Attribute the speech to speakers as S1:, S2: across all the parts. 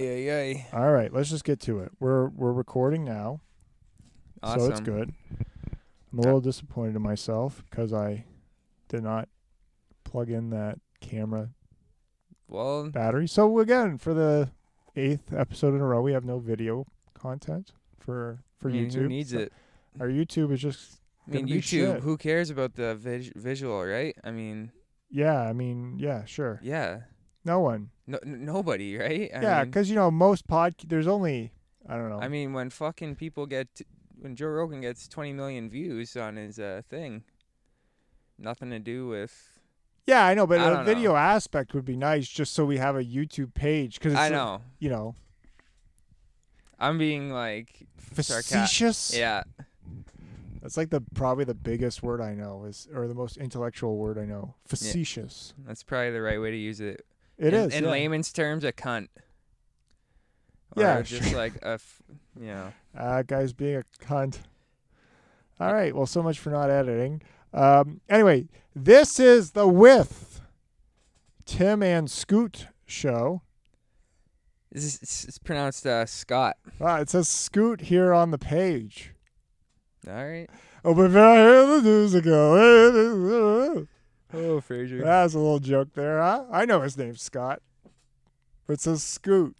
S1: Yeah, yeah.
S2: All right, let's just get to it. We're we're recording now,
S1: Awesome.
S2: so it's good. I'm a little disappointed in myself because I did not plug in that camera
S1: Well,
S2: battery. So again, for the eighth episode in a row, we have no video content for
S1: I
S2: for
S1: mean,
S2: YouTube.
S1: Mm, who needs
S2: So
S1: it?
S2: Our YouTube is just
S1: I mean,
S2: gonna be
S1: YouTube.
S2: shit.
S1: Who cares about the vis- visual, right? I mean,
S2: yeah. I mean, yeah, sure.
S1: yeah.
S2: No one.
S1: No, n- nobody, right? I
S2: yeah,
S1: Mean,
S2: because you know most pod. There's only I don't know.
S1: I mean, when fucking people get, t- when Joe Rogan gets 20 million views on his uh, thing, nothing to do with.
S2: yeah, I know, but
S1: I
S2: a
S1: don't
S2: video
S1: know.
S2: aspect would be nice, just so we have a YouTube page. Because
S1: I know.
S2: you know,
S1: I'm being like sarcastic.
S2: facetious.
S1: Yeah.
S2: That's like the probably the biggest word I know is, or the most intellectual word I know. Facetious.
S1: That's probably the right way to use it. in,
S2: It is.
S1: in
S2: yeah.
S1: layman's terms, a cunt. Or
S2: Yeah,
S1: Just
S2: sure.
S1: like a, f- you know.
S2: Uh, guys being a cunt. All right. Well, so much for not editing. Um, anyway, this is the with Tim and Scoot show.
S1: It's, it's, it's pronounced uh, Scott.
S2: Ah, it says Scoot here on the page.
S1: All right.
S2: Oh, but I hear the music go.
S1: Oh, Fraser.
S2: That was a little joke there, huh? I know his name's Scott, but it says Scoot.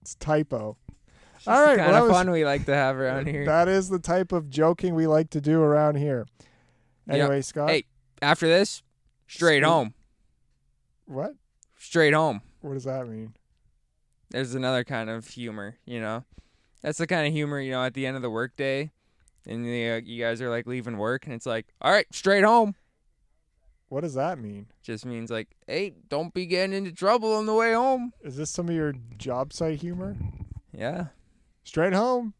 S2: It's typo.
S1: She's
S2: all
S1: The
S2: right, well,
S1: kind
S2: that
S1: of
S2: was-
S1: fun we like to have around here.
S2: That is the type of joking we like to do around here.
S1: Yep.
S2: Anyway, Scott.
S1: Hey. After this, straight
S2: Sweet.
S1: home.
S2: What?
S1: Straight home.
S2: What does that mean?
S1: There's another kind of humor, you know. That's the kind of humor, you know, at the end of the workday, and you, you guys are like leaving work, and it's like, all right, straight home.
S2: What does that mean?
S1: Just means like, hey, don't be getting into trouble on the way home.
S2: Is this some of your job site humor?
S1: Yeah.
S2: Straight home.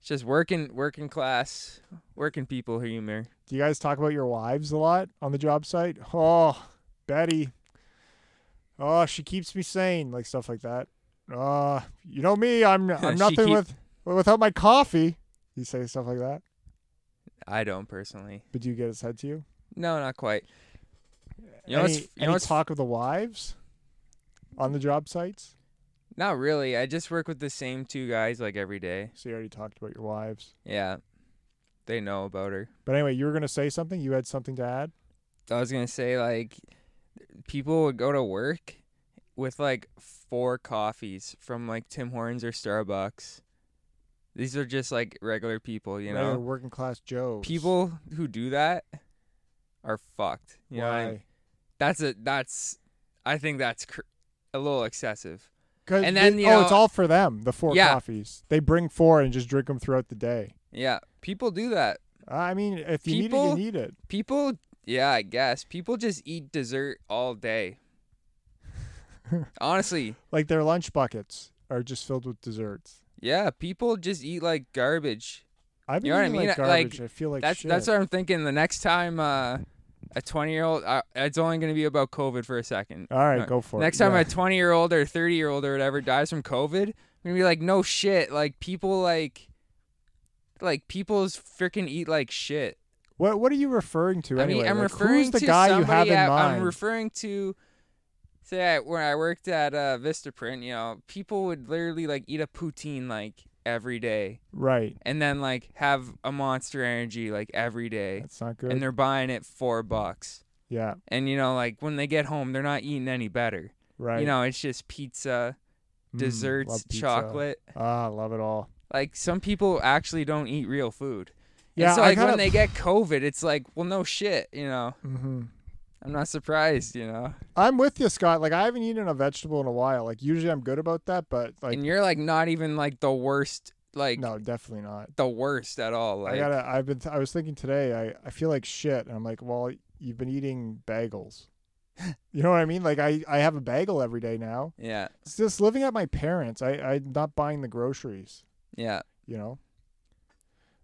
S1: It's just working, working class, working people humor.
S2: Do you guys talk about your wives a lot on the job site? Oh, Betty. Oh, she keeps me sane, like stuff like that. Uh, you know me, I'm I'm
S1: She
S2: nothing
S1: keep-
S2: with without my coffee. You say stuff like that,
S1: I don't personally.
S2: but do you get it said to you?
S1: No, not quite. You know,
S2: any,
S1: what's you know
S2: any
S1: what's
S2: talk of the wives on the job sites?
S1: Not really. I just work with the same two guys like every day.
S2: So you already talked about your wives.
S1: Yeah. They know about her.
S2: But anyway, you were gonna say something. You had something to add.
S1: I was going to say like people would go to work with like four coffees from like Tim Hortons or Starbucks. These are just like regular people, you
S2: Regular
S1: know.
S2: working class Joes.
S1: People who do that are fucked. You know what I mean?
S2: Why?
S1: That's a that's I think that's cr- a little excessive.
S2: 'Cause
S1: And
S2: they-
S1: then, you
S2: oh, it's
S1: know-
S2: all for them. The four
S1: Yeah.
S2: coffees. They bring four and just drink them throughout the day.
S1: Yeah, people do that.
S2: I mean, if you
S1: People-
S2: need it, you need it.
S1: People, yeah, I guess people just eat dessert all day. Honestly,
S2: Like their lunch buckets are just filled with desserts.
S1: yeah, people just eat like garbage.
S2: I've been
S1: You know what I
S2: eating,
S1: mean?
S2: like
S1: Like,
S2: garbage. I feel like
S1: that's
S2: shit.
S1: that's what I'm thinking. The next time uh, a 20 year old, uh, it's only gonna be about COVID for a second.
S2: all right,
S1: No.
S2: go for
S1: Next
S2: it.
S1: time
S2: Yeah.
S1: a 20 year old or 30 year old or whatever dies from COVID, I'm gonna be like, no shit. Like people like, like people's freaking eat like shit.
S2: what what are you referring to
S1: I
S2: anyway?
S1: mean, I'm
S2: Like,
S1: referring
S2: who's the
S1: to
S2: guy you
S1: somebody
S2: have in
S1: at- um,
S2: mind?
S1: I'm referring to say I, when I worked at uh, Vistaprint, you know, people would literally like eat a poutine like every day,
S2: right.
S1: and then like have a Monster Energy like every day,
S2: That's not
S1: and
S2: good.
S1: they're buying it four bucks.
S2: Yeah.
S1: And you know, like when they get home, they're not eating any better.
S2: Right.
S1: You know, it's just pizza,
S2: Mm,
S1: desserts,
S2: love pizza.
S1: chocolate.
S2: Ah, love it all.
S1: Like some people actually don't eat real food. And
S2: Yeah,
S1: so
S2: I
S1: like
S2: kinda-
S1: when they get COVID, it's like, well, no shit. You know,
S2: hmm
S1: I'm not surprised. You know.
S2: I'm with you, Scott. Like I haven't eaten a vegetable in a while. Like usually I'm good about that, but like
S1: and you're like not even like the worst, like
S2: no, definitely not.
S1: the worst at all. Like
S2: I gotta. I've been. I was thinking today. I I feel like shit, and I'm like, well, you've been eating bagels. you know what I mean? Like I I have a bagel every day now.
S1: yeah,
S2: It's just living at my parents. I I'm not buying the groceries.
S1: yeah.
S2: You know.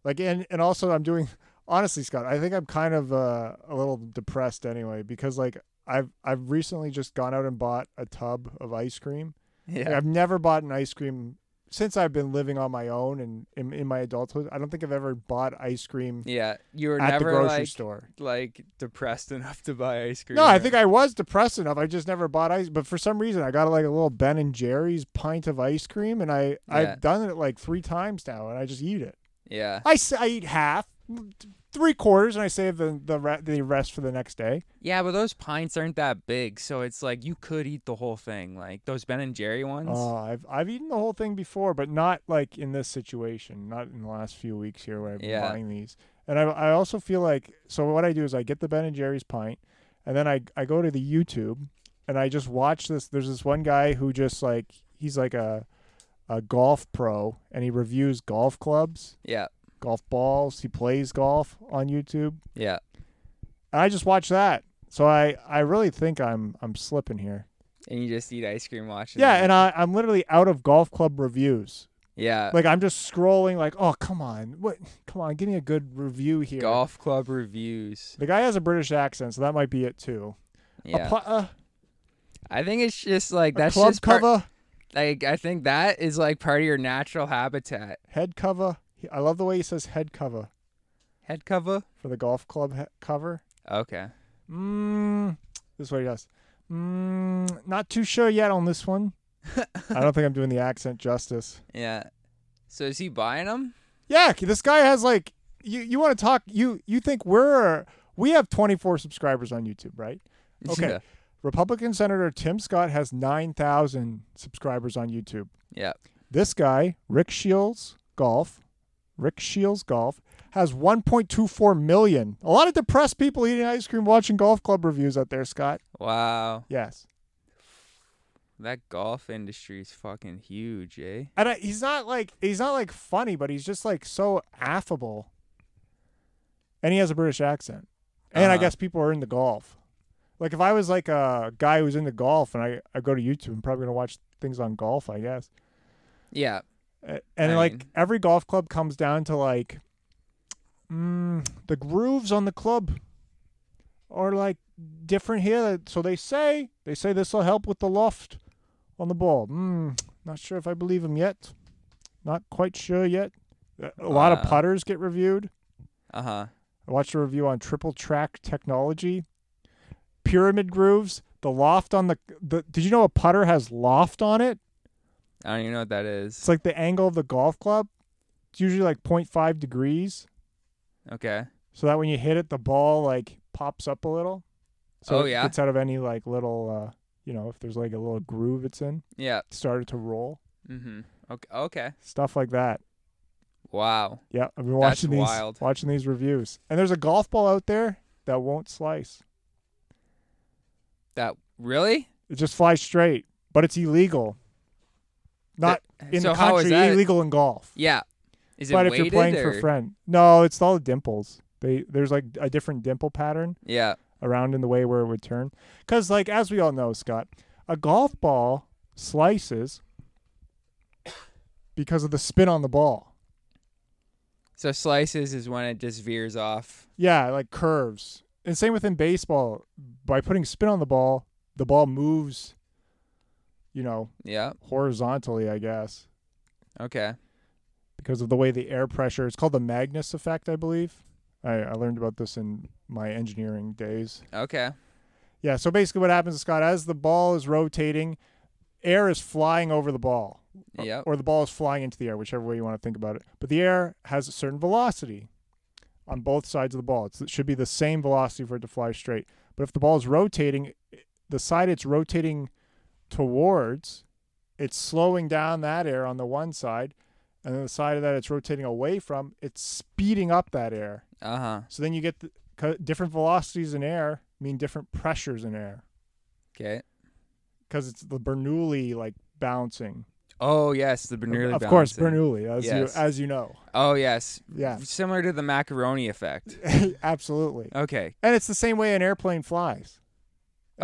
S2: Like and and also I'm doing. Honestly, Scott, I think I'm kind of uh, a little depressed anyway because like I've I've recently just gone out and bought a tub of ice cream. Like,
S1: Yeah,
S2: I've never bought an ice cream since I've been living on my own and in, in my adulthood, I don't think I've ever bought ice cream
S1: Yeah, you were
S2: at the
S1: never
S2: grocery
S1: like
S2: store.
S1: like depressed enough to buy ice cream.
S2: No, I
S1: or-
S2: think I was depressed enough. I just never bought ice, but for some reason I got like a little Ben and Jerry's pint of ice cream, and I
S1: Yeah.
S2: I've done it like three times now, and I just eat it.
S1: yeah,
S2: I, s- I eat half, three quarters, and I save the the, re- the rest for the next day.
S1: yeah, but those pints aren't that big, so it's like you could eat the whole thing. Like those Ben and Jerry ones.
S2: Oh, I've I've eaten the whole thing before, but not like in this situation. Not in the last few weeks here when I've been
S1: Yeah.
S2: buying these. And I I also feel like so what I do is I get the Ben and Jerry's pint, and then I I go to the YouTube, and I just watch this. There's this one guy who just like he's like a a golf pro, and he reviews golf clubs,
S1: yeah,
S2: golf balls. He plays golf on YouTube,
S1: yeah.
S2: and I just watch that. So I I really think I'm I'm slipping here.
S1: And you just eat ice cream watching.
S2: Yeah,
S1: that.
S2: and I I'm literally out of golf club reviews.
S1: yeah.
S2: Like I'm just scrolling, like, oh come on, what? Come on, give me a good review here.
S1: Golf club reviews.
S2: The guy has a British accent, so that might be it too.
S1: Yeah,
S2: A, pu- uh,
S1: I think it's just like
S2: a
S1: that's
S2: club
S1: just part.
S2: cover,
S1: Like I think that is like part of your natural habitat.
S2: head cover. He- I love the way he says head cover
S1: Head cover.
S2: for the golf club he- cover.
S1: Okay.
S2: Mm, this is what he does. Mm, not too sure yet on this one. I don't think I'm doing the accent justice.
S1: Yeah. So is he buying them?
S2: Yeah, this guy has like you. You want to talk? You you think we're we have 24 subscribers on YouTube, right? Okay.
S1: Yeah.
S2: Republican Senator Tim Scott has 9,000 subscribers on YouTube.
S1: Yeah.
S2: This guy, Rick Shields Golf, Rick Shields Golf, has 1.24 million. A lot of depressed people eating ice cream, watching golf club reviews out there, Scott.
S1: Wow.
S2: Yes.
S1: That golf industry is fucking huge, eh?
S2: And I, he's not like he's not like funny, but he's just like so affable. And he has a British accent. And I
S1: Uh-huh.
S2: guess people are into golf. Like if I was like a guy who's into golf and I, I go to YouTube, I'm probably gonna watch things on golf, I guess.
S1: Yeah.
S2: A- and
S1: I
S2: like
S1: mean-
S2: every golf club comes down to like mm, the grooves on the club are like different here so they say they say this will help with the loft on the ball mm, not sure if i believe them yet not quite sure yet a a lot of
S1: Wow.
S2: putters get reviewed
S1: Uh huh.
S2: i watched a review on triple track technology pyramid grooves the loft on the, the did you know a putter has loft on it
S1: I don't even know what that
S2: it's
S1: is.
S2: like the angle of the golf club. It's usually like 0.5 degrees,
S1: Okay.
S2: so that when you hit it, the ball like pops up a little. So
S1: Oh,
S2: it
S1: yeah?
S2: gets out of any like little, uh, you know, if there's like a little groove it's in,
S1: Yeah.
S2: it started to roll.
S1: Mhm. Okay. Okay.
S2: Stuff like that.
S1: Wow.
S2: Yeah, I've been
S1: That's
S2: watching these,
S1: wild.
S2: watching these reviews, and there's a golf ball out there that won't slice.
S1: That really?
S2: It just flies straight, but it's illegal. Not in
S1: so
S2: the
S1: how is
S2: country,
S1: that-
S2: illegal in golf.
S1: Yeah. Is it
S2: but if
S1: weighted
S2: you're playing
S1: or?
S2: for friend, no, it's all dimples. They there's like a different dimple pattern.
S1: yeah.
S2: around in the way where it would turn. Because, like, as we all know, Scott, a golf ball slices because of the spin on the ball.
S1: So slices is when it just veers off.
S2: Yeah, it, like curves. And same within baseball. By putting spin on the ball, the ball moves, you know,
S1: Yeah.
S2: horizontally, I guess,
S1: Okay.
S2: because of the way the air pressure. It's called the Magnus effect, I believe. I, I learned about this in my engineering days.
S1: Okay.
S2: Yeah, so basically what happens, Scott, as the ball is rotating, air is flying over the ball. or-
S1: Yep.
S2: Uh, Or the ball is flying into the air, whichever way you want to think about it. But the air has a certain velocity on both sides of the ball. It's, it should be the same velocity for it to fly straight. But if the ball is rotating, i- the side it's rotating towards, it's slowing down that air on the one side. And then the side of that it's rotating away from, it's speeding up that air.
S1: Uh huh.
S2: So then you get the, co- different velocities in air mean different pressures in air
S1: Okay.
S2: because it's the Bernoulli like bouncing.
S1: Oh yes, the Bernoulli.
S2: of course,
S1: balancing.
S2: Bernoulli, as
S1: Yes.
S2: you as you know,
S1: Oh yes.
S2: yeah,
S1: Similar to the macaroni effect.
S2: absolutely.
S1: Okay.
S2: And it's the same way an airplane flies. A-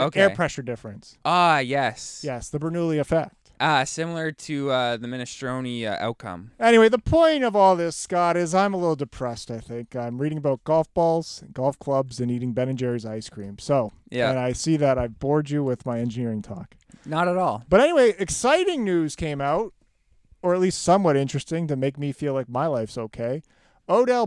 S1: Okay.
S2: Air pressure difference.
S1: Ah yes.
S2: Yes, the Bernoulli effect.
S1: Ah, similar to uh, the minestrone uh, outcome.
S2: Anyway, the point of all this, Scott, is I'm a little depressed. I think I'm reading about golf balls, golf clubs, and eating Ben and Jerry's ice cream. So,
S1: Yeah.
S2: and I see that I've bored you with my engineering talk.
S1: Not at all.
S2: But anyway, exciting news came out or at least somewhat interesting to make me feel like my life's okay. Odell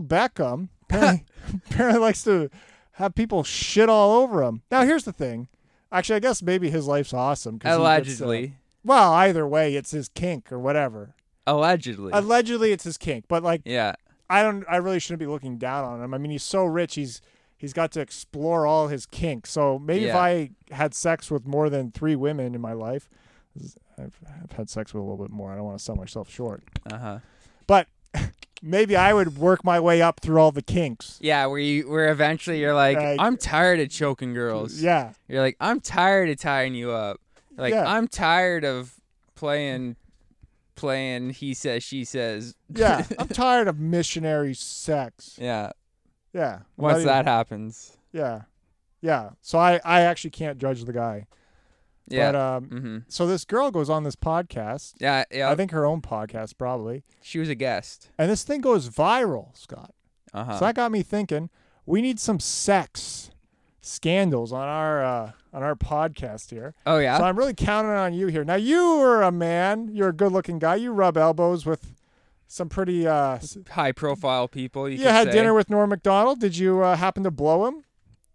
S2: Beckham apparently, apparently likes to have people shit all over him. Now, here's the thing. Actually, I guess maybe his life's awesome. 'cause he gets, uh,
S1: Allegedly.
S2: well, either way, it's his kink or whatever.
S1: Allegedly.
S2: Allegedly, it's his kink, but like
S1: yeah.
S2: I don't. I really shouldn't be looking down on him. I mean, he's so rich. He's he's got to explore all his kinks. So maybe if
S1: Yeah.
S2: I had sex with more than three women in my life, I've, I've had sex with a little bit more. I don't want to sell myself short,
S1: Uh huh.
S2: but maybe I would work my way up through all the kinks.
S1: Yeah, where you where eventually you're like,
S2: Like-
S1: I'm tired of choking girls.
S2: Yeah,
S1: You're like, I'm tired of tying you up. Like
S2: Yeah.
S1: I'm tired of playing playing he says she says.
S2: yeah. I'm tired of missionary sex.
S1: yeah.
S2: Yeah.
S1: Once that
S2: Not
S1: happens.
S2: even- Yeah, yeah. So I I actually can't judge the guy.
S1: Yeah.
S2: But um,
S1: mm-hmm.
S2: so this girl goes on this podcast.
S1: Yeah, yeah.
S2: I think her own podcast probably.
S1: she was a guest.
S2: And this thing goes viral, Scott.
S1: Uh huh.
S2: So that got me thinking. We need some sex scandals on our uh, on our podcast here.
S1: oh yeah.
S2: So I'm really counting on you here. Now you are a man. You're a good-looking guy. You rub elbows with some pretty. Uh, s-
S1: High profile people. You
S2: you
S1: could
S2: had
S1: say.
S2: dinner with Norm Macdonald. Did you uh, happen to blow him?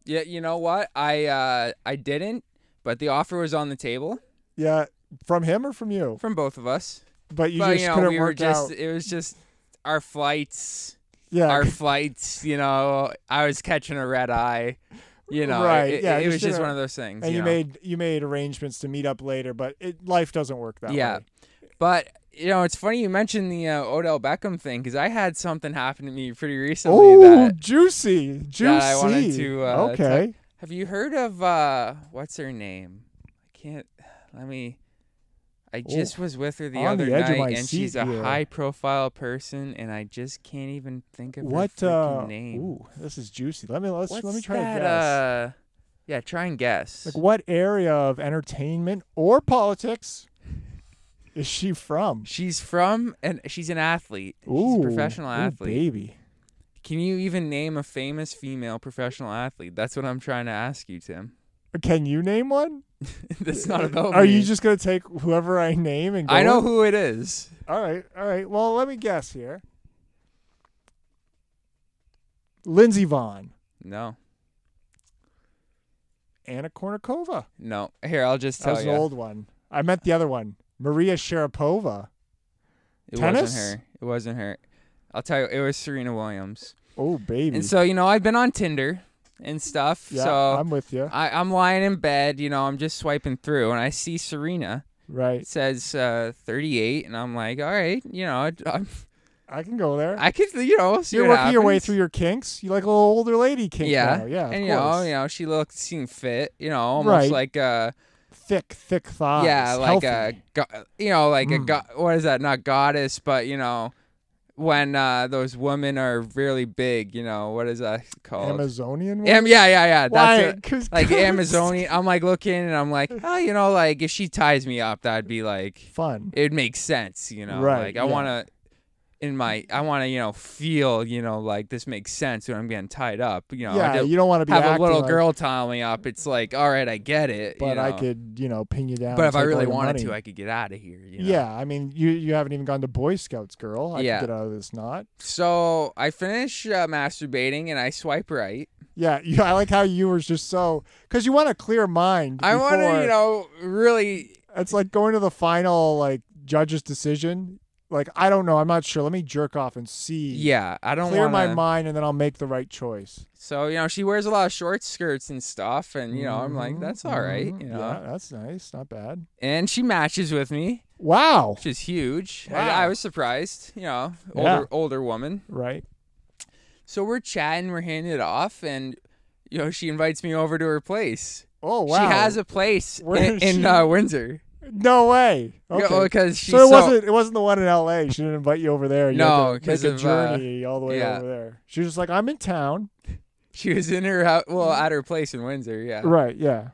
S1: Yeah, you know what? I uh I didn't, but the offer was on the table
S2: Yeah, from him or from you?
S1: from both of us.
S2: But you
S1: but
S2: just
S1: you know,
S2: couldn't
S1: we were
S2: work
S1: just
S2: out.
S1: it was just our flights
S2: Yeah,
S1: our flights, you know, I was catching a red eye. You know,
S2: Right,
S1: It,
S2: yeah,
S1: it
S2: just
S1: was just
S2: dinner.
S1: one of those things.
S2: and
S1: you
S2: you
S1: know?
S2: made you made arrangements to meet up later, but it, life doesn't work that
S1: Yeah.
S2: way.
S1: But you know, it's funny you mentioned the uh, Odell Beckham thing because I had something happen to me pretty recently.
S2: Oh,
S1: That
S2: juicy, juicy.
S1: that I wanted to, uh,
S2: okay.
S1: have you heard of uh what's her name? I can't. Let me. I just was with her the
S2: Oh, On
S1: other
S2: the edge of my
S1: night, and she's
S2: seat
S1: a
S2: here.
S1: high-profile person, and I just can't even think of
S2: What
S1: her freaking
S2: uh,
S1: name.
S2: Ooh, this is juicy. Let me let's
S1: What's
S2: let me try
S1: that?
S2: to guess.
S1: Uh, yeah, try and guess.
S2: like what area of entertainment or politics is she from?
S1: She's from and she's an athlete. she's
S2: Ooh,
S1: a professional
S2: ooh,
S1: athlete.
S2: baby.
S1: Can you even name a famous female professional athlete? That's what I'm trying to ask you, Tim.
S2: Can you name one?
S1: That's not about
S2: Are
S1: me.
S2: you just gonna take whoever I name and go?
S1: I know
S2: with-
S1: who it is.
S2: All right, all right. Well, let me guess here. Lindsey Vaughn,
S1: No,
S2: Anna Kournikova.
S1: no. Here, I'll just
S2: That
S1: tell
S2: was
S1: you.
S2: an old one. I meant the other one, Maria Sharapova.
S1: It
S2: Tennis?
S1: wasn't her. It wasn't her. I'll tell you. It was Serena Williams.
S2: Oh, baby.
S1: And so you know, I've been on Tinder and stuff.
S2: yeah,
S1: so
S2: I'm with you.
S1: I, I'm lying in bed. You know, I'm just swiping through, and I see Serena.
S2: Right.
S1: It says uh, 38, and I'm like, all right, you know, I, I'm,
S2: I can go there.
S1: I could, you know, see
S2: You're
S1: what
S2: working your way
S1: happens.
S2: through your kinks. You like a little older lady kink
S1: Yeah,
S2: now. Yeah, of
S1: and you
S2: course.
S1: know, you know, she looked seemed fit, you know, almost
S2: Right.
S1: like uh, a
S2: Thick, thick thighs.
S1: yeah, like uh,
S2: healthy.
S1: a go- you know, like a
S2: Mm.
S1: go- what is that? Not goddess, but you know, when uh, those women are really big, you know, what is that called?
S2: Amazonian one.
S1: oh. Am- yeah, yeah, yeah.
S2: Why?
S1: That's it.
S2: 'Cause
S1: Like
S2: girls-
S1: Amazonian, I'm like looking and I'm like, oh, you know, like if she ties me up, that'd be like
S2: Fun.
S1: it makes sense, you know.
S2: Right,
S1: Like I
S2: yeah.
S1: want to in my I want to, you know, feel, you know, like this makes sense when I'm getting tied up, you know. I
S2: yeah,
S1: don't-
S2: you don't want to be
S1: have a
S2: acting
S1: little
S2: like,
S1: girl tie me up, it's like, all right, I get it.
S2: But
S1: you know.
S2: I could, you know, pin you down.
S1: But
S2: and
S1: if I
S2: take all
S1: really
S2: your
S1: wanted
S2: money.
S1: to, I could get out of here. You know?
S2: Yeah, I mean, you you haven't even gone to Boy Scouts, girl. I
S1: Yeah.
S2: can get out of this knot.
S1: So I finish uh, masturbating and I swipe right.
S2: Yeah, you, I like how you were just so because you want a clear mind.
S1: I want to,
S2: before-
S1: you know, really.
S2: It's like going to the final like judge's decision. Like I don't know, I'm not sure. Let me jerk off and see.
S1: Yeah, I don't
S2: clear
S1: want
S2: my mind and then I'll make the right choice.
S1: So you know, she wears a lot of short skirts and stuff, and you know, I'm like, that's all right,
S2: Mhm,
S1: you know.
S2: Yeah, that's nice. Not bad.
S1: And she matches with me,
S2: Wow.
S1: which is huge.
S2: Wow.
S1: I, I was surprised, you know, older
S2: Yeah.
S1: older woman.
S2: Right.
S1: So we're chatting, we're handing it off, and you know, she invites me over to her place.
S2: Oh wow.
S1: She has a place
S2: Where
S1: in,
S2: is
S1: in
S2: she?
S1: uh, Windsor.
S2: no way. Okay.
S1: Because she's
S2: so it wasn't it wasn't the one in L.A. She didn't invite you over there. You had
S1: No,
S2: to
S1: 'cause
S2: make a
S1: of, uh,
S2: journey all the way
S1: yeah.
S2: over there. She was just like, I'm in town.
S1: she was in her hou- well at her place in Windsor, yeah.
S2: Mm-hmm.
S1: Oh.
S2: Right. Yeah.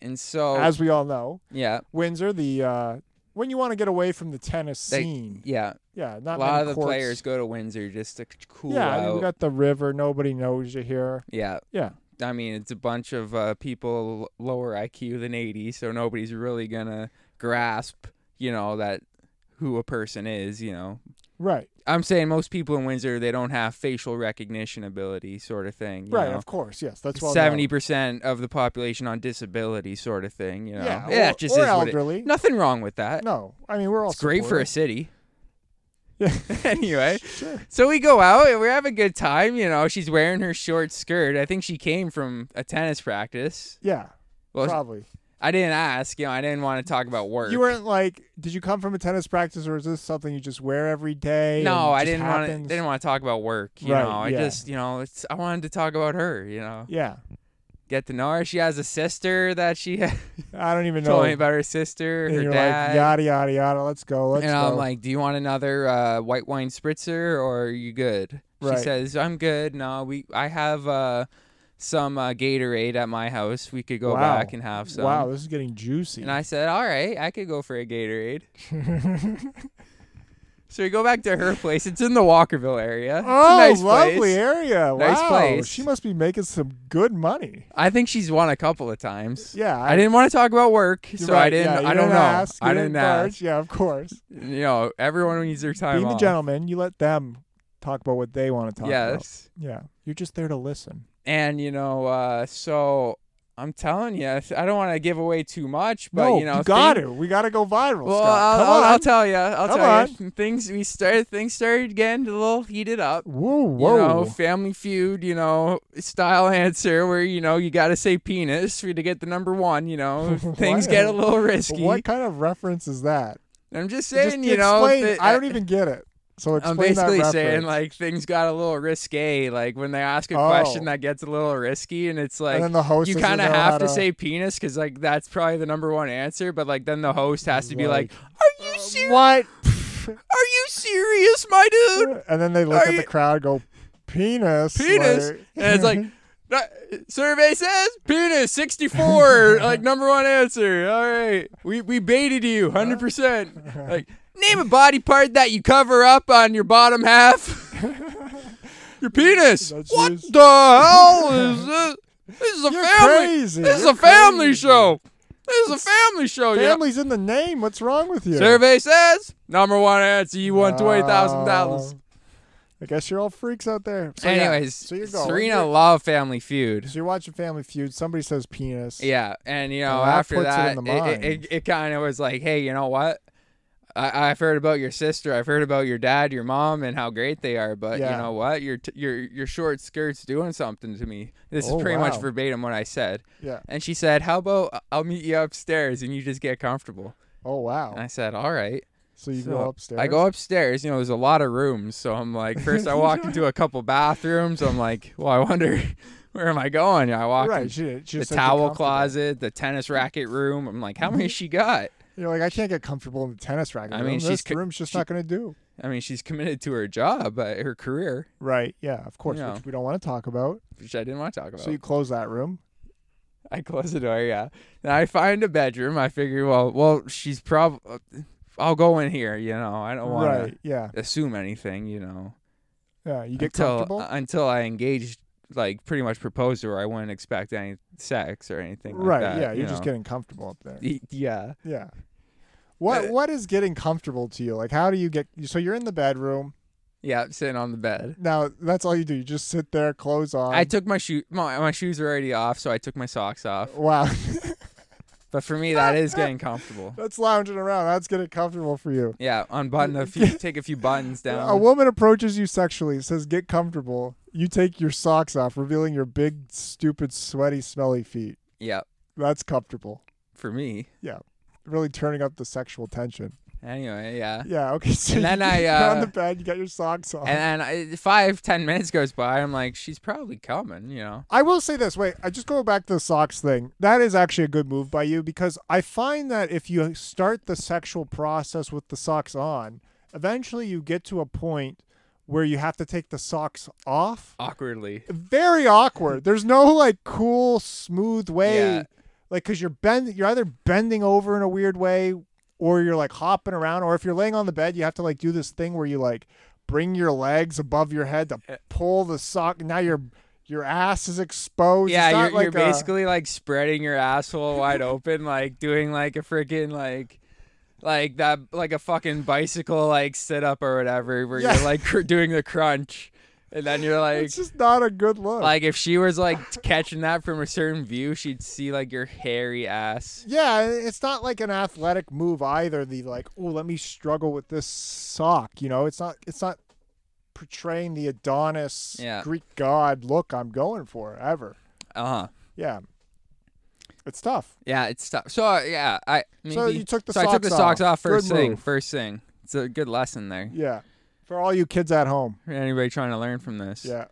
S1: And so
S2: As we all know,
S1: yeah,
S2: Windsor, the uh, when you want to get away from the tennis
S1: They-
S2: scene.
S1: yeah.
S2: Yeah. Not
S1: A lot
S2: many
S1: of the
S2: courts.
S1: players go to Windsor just to c- cool
S2: Yeah. I
S1: out.
S2: mean, we got the river. Nobody knows you here.
S1: yeah.
S2: Yeah.
S1: I mean, it's a bunch of uh, people l- lower IQ than 80, so nobody's really gonna grasp, you know, that who a person is, you know.
S2: Right.
S1: I'm saying most people in Windsor they don't have facial recognition ability sort of thing. you
S2: Right.
S1: know?
S2: Of course. Yes. That's why
S1: Seventy percent of the population on disability sort of thing, you know.
S2: Yeah.
S1: yeah
S2: or,
S1: it just
S2: or
S1: is what it-
S2: elderly.
S1: nothing wrong with that.
S2: no. I mean, we're all
S1: it's great for a
S2: supportive.
S1: city.
S2: Yeah.
S1: anyway.
S2: Sure.
S1: So we go out and we have a good time, you know. She's wearing her short skirt. I think she came from a tennis practice.
S2: Yeah.
S1: Well,
S2: probably.
S1: I didn't ask, you know, I didn't want to talk about work.
S2: You weren't like, did you come from a tennis practice, or is this something you just wear every day?
S1: no,
S2: and
S1: I
S2: just
S1: didn't want to
S2: happens?
S1: didn't want to talk about work, you
S2: Right,
S1: know. I
S2: yeah.
S1: just, you know, it's I wanted to talk about her, you know.
S2: Yeah,
S1: Get to know her. She has a sister that she
S2: I don't even know.
S1: told me about her sister,
S2: and
S1: her
S2: you're
S1: dad.
S2: like yada yada yada. Let's go. Let's
S1: and
S2: go.
S1: I'm like, "Do you want another uh, white wine spritzer, or are you good?"
S2: Right.
S1: She says, "I'm good. No, we I have uh, some uh, Gatorade at my house. We could go
S2: Wow.
S1: back and have some."
S2: wow, this is getting juicy.
S1: And I said, "All right, I could go for a Gatorade." So we go back to her place. It's in the Walkerville area. It's a
S2: oh,
S1: nice
S2: lovely
S1: place.
S2: area.
S1: Nice
S2: wow,
S1: place.
S2: she must be making some good money.
S1: I think she's won a couple of times.
S2: Yeah,
S1: I didn't want to talk about work,
S2: you're
S1: so I
S2: right,
S1: didn't.
S2: yeah, you
S1: I don't know.
S2: ask, you
S1: I didn't
S2: barge.
S1: ask.
S2: Yeah, of course.
S1: You know, everyone needs their time
S2: Being the
S1: off.
S2: gentleman, you let them talk about what they want to talk about.
S1: Yes.
S2: Yeah, you're just there to listen.
S1: and you know uh so i'm telling you i don't want to give away too much but
S2: no,
S1: you know
S2: got
S1: thing-
S2: to. We got to go viral.
S1: well
S2: Scott.
S1: I'll,
S2: Come
S1: I'll, I'll
S2: on.
S1: tell you i'll
S2: Come
S1: tell you things we started things started getting a little heated up
S2: whoa, whoa.
S1: you know family feud you know style answer where you know you gotta say penis for you to get the number one you know things
S2: What?
S1: get a little
S2: But
S1: risky
S2: What kind of reference is that?
S1: i'm just saying
S2: Just
S1: you know
S2: explain-
S1: that-
S2: I don't even get it. So explain
S1: I'm basically
S2: that
S1: saying
S2: reference.
S1: like things got a little risque, like when they ask a
S2: Oh.
S1: question that gets a little risky, and it's like
S2: then the host
S1: you
S2: doesn't
S1: kind of
S2: know how
S1: have to
S2: to-
S1: say penis because like that's probably the number one answer, but like then the host has to be like, "Are you serious?
S2: Um, what?
S1: Are you serious, my dude?
S2: and then they look
S1: Are
S2: at
S1: you-
S2: the crowd, and go penis,
S1: Penis?"
S2: like-
S1: And it's like. "Uh, Survey says penis 64 like number one answer. All right, we we baited you 100. percent Like name a body part that you cover up on your bottom half. Your penis.
S2: That's
S1: what
S2: yours.
S1: the hell is this? This is a
S2: You're
S1: family.
S2: crazy.
S1: This is
S2: You're
S1: a family
S2: crazy.
S1: show. This is a family show. you know?
S2: family's in the name. What's wrong with you?
S1: Oh, Survey says number one answer. You won twenty thousand dollars.
S2: Wow. Oh. I guess you're all freaks out there. So, yeah.
S1: Anyways,
S2: so you're going.
S1: Serena
S2: You're-
S1: love Family Feud.
S2: so you're watching Family Feud. Somebody says penis.
S1: Yeah, and you know
S2: Well, Oh, that
S1: after
S2: puts it
S1: that,
S2: in
S1: it,
S2: the
S1: it,
S2: mind.
S1: it, kind of was like, hey, you know what? I, I've heard about your sister. I've heard about your dad, your mom, and how great they are. But
S2: Yeah.
S1: you know what? Your t- your your short skirt's doing something to me. This
S2: Oh,
S1: is pretty much
S2: wow.
S1: verbatim what I said.
S2: Yeah.
S1: And she said, "How about I- I'll meet you upstairs and you just get comfortable?"
S2: Oh
S1: And
S2: wow.
S1: I said, "All right."
S2: So you
S1: So,
S2: go upstairs.
S1: I go upstairs. You know, there's a lot of rooms, so I'm like, first I walked into a couple bathrooms. I'm like, well, I wonder where am I going? I walked
S2: Right.
S1: in
S2: She, she
S1: the
S2: just said, "Get
S1: towel
S2: comfortable." Mm-hmm.
S1: closet, the tennis racket room. I'm like, how many she got?
S2: You're like, I can't get comfortable in the tennis racket.
S1: I
S2: room.
S1: mean,
S2: this
S1: she's co-
S2: room's just
S1: she-
S2: not going to do.
S1: I mean, she's committed to her job, uh, her career,
S2: Right. Yeah. Of course,
S1: Yeah.
S2: which we don't want to talk about.
S1: which I didn't want to talk about.
S2: So you close that room.
S1: I close the door, yeah. And I find a bedroom. I figure, well, well, she's probably. I'll go in here. You know, I don't want
S2: Right. Yeah.
S1: to assume anything. You know.
S2: Yeah. You get
S1: until uh,
S2: comfortable.
S1: until I engaged, like pretty much proposed to her. I wouldn't expect any sex or anything. like
S2: right.
S1: that,
S2: yeah.
S1: you
S2: You're just
S1: know.
S2: getting comfortable up there.
S1: Y- Yeah.
S2: Yeah. What
S1: Uh,
S2: What is getting comfortable to you? Like, how do you get? So you're in the bedroom
S1: Yeah. Sitting on the bed.
S2: now. That's all you do. You just sit there, clothes on.
S1: I took my shoe. My, my shoes were already off, so I took my socks off.
S2: wow,
S1: But for me, that is getting comfortable.
S2: that's lounging around. That's getting comfortable for you.
S1: Yeah. Unbutton a few. take a few buttons
S2: A
S1: down.
S2: woman approaches you sexually, says, "Get comfortable." You take your socks off, revealing your big, stupid, sweaty, smelly feet.
S1: Yeah.
S2: That's comfortable.
S1: For me.
S2: Really turning up the sexual tension.
S1: Anyway. Yeah.
S2: Yeah. Okay. So
S1: And then
S2: you,
S1: I,
S2: you're on
S1: uh,
S2: the bed. You got your socks on.
S1: And then I, five ten minutes goes by. I'm like, she's probably coming. You know.
S2: I will say this. Wait, I just go back to the socks thing. That is actually a good move by you because I find that if you start the sexual process with the socks on, eventually you get to a point where you have to take the socks off.
S1: Awkwardly.
S2: Very awkward. There's no like cool, smooth way.
S1: Yeah.
S2: Like, cause you're bend, you're either bending over in a weird way, or you're like hopping around, or if you're laying on the bed, you have to like do this thing where you like bring your legs above your head
S1: Eh.
S2: to pull the sock. Now your your ass is exposed.
S1: Yeah,
S2: It's not
S1: you're,
S2: like uh,
S1: you're
S2: a-
S1: basically like spreading your asshole wide open, like doing like a freaking like like that, like a fucking bicycle, like sit up or whatever, where
S2: Yeah.
S1: you're like cr- doing the crunch, and then you're like,
S2: it's just not a good look.
S1: like if she was like t- catching that from a certain view, she'd see like your hairy ass.
S2: yeah, it's not like an athletic move either. The like, oh, let me struggle with this sock. You know, it's not. It's not portraying the Adonis
S1: Yeah.
S2: Greek god look I'm going for ever.
S1: Uh huh.
S2: Yeah, it's tough.
S1: Yeah, it's tough. So uh, yeah, I maybe,
S2: So you took the
S1: so I
S2: socks
S1: took the socks
S2: off.
S1: off first
S2: Good
S1: thing.
S2: move.
S1: First thing. It's a good lesson there.
S2: Yeah, for all you kids at home.
S1: For anybody trying to learn from this.
S2: Yeah,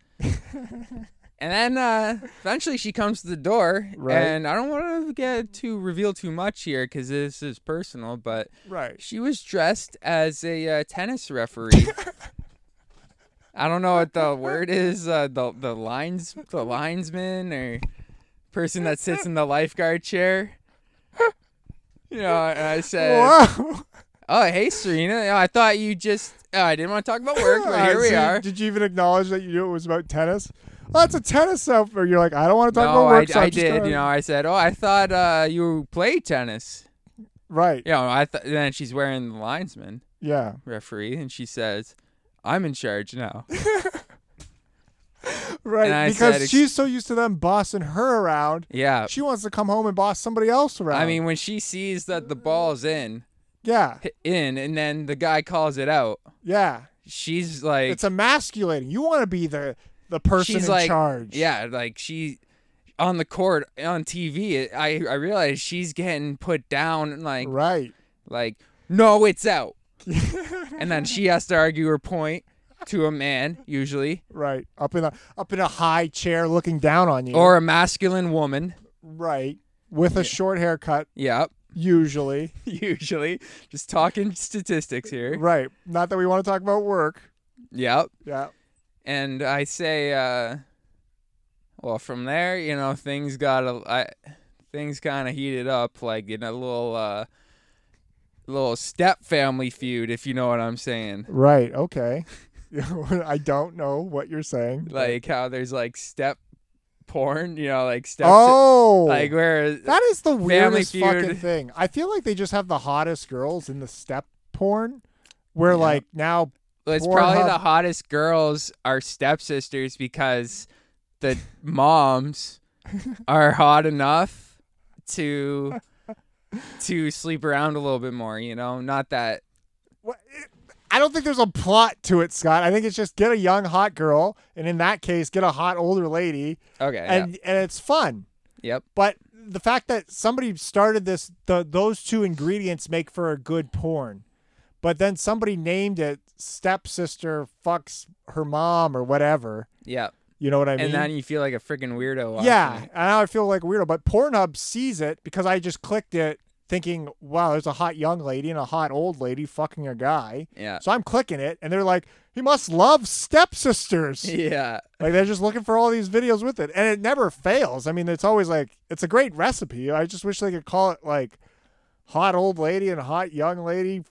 S1: And then uh, eventually she comes to the door,
S2: Right.
S1: and I don't want to get to reveal too much here because this is personal, but
S2: right.
S1: she was dressed as a uh, tennis referee. I don't know what the word is uh, the the lines the linesman or person that sits in the lifeguard chair. You know, and I said,
S2: Wow.
S1: "Oh, hey Serena, you know, I thought you just oh, I didn't want to talk about work, but here we
S2: So you-
S1: are."
S2: Did you even acknowledge that you knew it was about tennis? Oh, it's a tennis self. Or you're like, I don't want to talk
S1: no,
S2: about work.
S1: I,
S2: so I'm
S1: I
S2: just
S1: did.
S2: gonna-
S1: You know, I said, "Oh, I thought uh, you played tennis."
S2: Right.
S1: You know, I thought. Then she's wearing the linesman
S2: Yeah.
S1: referee, and she says, "I'm in charge now." And I
S2: Right. Because
S1: said ex-
S2: she's so used to them bossing her around.
S1: Yeah,
S2: She wants to come home and boss somebody else around.
S1: Uh, I mean, when she sees that the ball's in,
S2: yeah.
S1: hi- in, and then the guy calls it out,
S2: Yeah.
S1: she's like,
S2: It's emasculating. You want to be the the person
S1: she's
S2: in
S1: like,
S2: charge.
S1: yeah, like she on the court on TV. I I realize she's getting put down, and like
S2: Right.
S1: like no, it's out, and then she has to argue her point to a man usually
S2: right. Up in a up in a high chair looking down on you.
S1: or a masculine woman.
S2: right. With a short haircut,
S1: Yep,
S2: usually.
S1: usually just talking statistics here.
S2: Right. Not that we want to talk about work.
S1: Yep.
S2: Yeah.
S1: and I say, uh, well, from there, you know, things got a, I, things kind of heated up, like in a little, uh, little step family feud, if you know what I'm saying.
S2: Right. Okay. I don't know what you're saying. but-
S1: Like how there's like step porn, you know, like step,
S2: oh,
S1: like where
S2: that is the weirdest
S1: Feud.
S2: fucking thing. I feel like they just have the hottest girls in the step porn, where
S1: Yeah.
S2: like now,
S1: it's
S2: Pornhub-
S1: probably the hottest girls are stepsisters because the moms are hot enough to to sleep around a little bit more, you know? Not that
S2: what- I don't think there's a plot to it, Scott. I think it's just get a young hot girl, and in that case, get a hot older lady,
S1: Okay.
S2: and and it's fun.
S1: yep.
S2: But the fact that somebody started this, the, those two ingredients make for a good porn. But then somebody named it stepsister fucks her mom or whatever.
S1: Yep.
S2: You know what I mean?
S1: and then you feel like a freaking weirdo. watching
S2: yeah,
S1: it.
S2: and now I feel like a weirdo. But Pornhub sees it because I just clicked it, thinking, "Wow, there's a hot young lady and a hot old lady fucking a guy."
S1: Yeah.
S2: So I'm clicking it, and they're like, "He must love stepsisters."
S1: Yeah.
S2: Like they're just looking for all these videos with it, and it never fails. I mean, it's always like it's a great recipe. I just wish they could call it like hot old lady and hot young lady.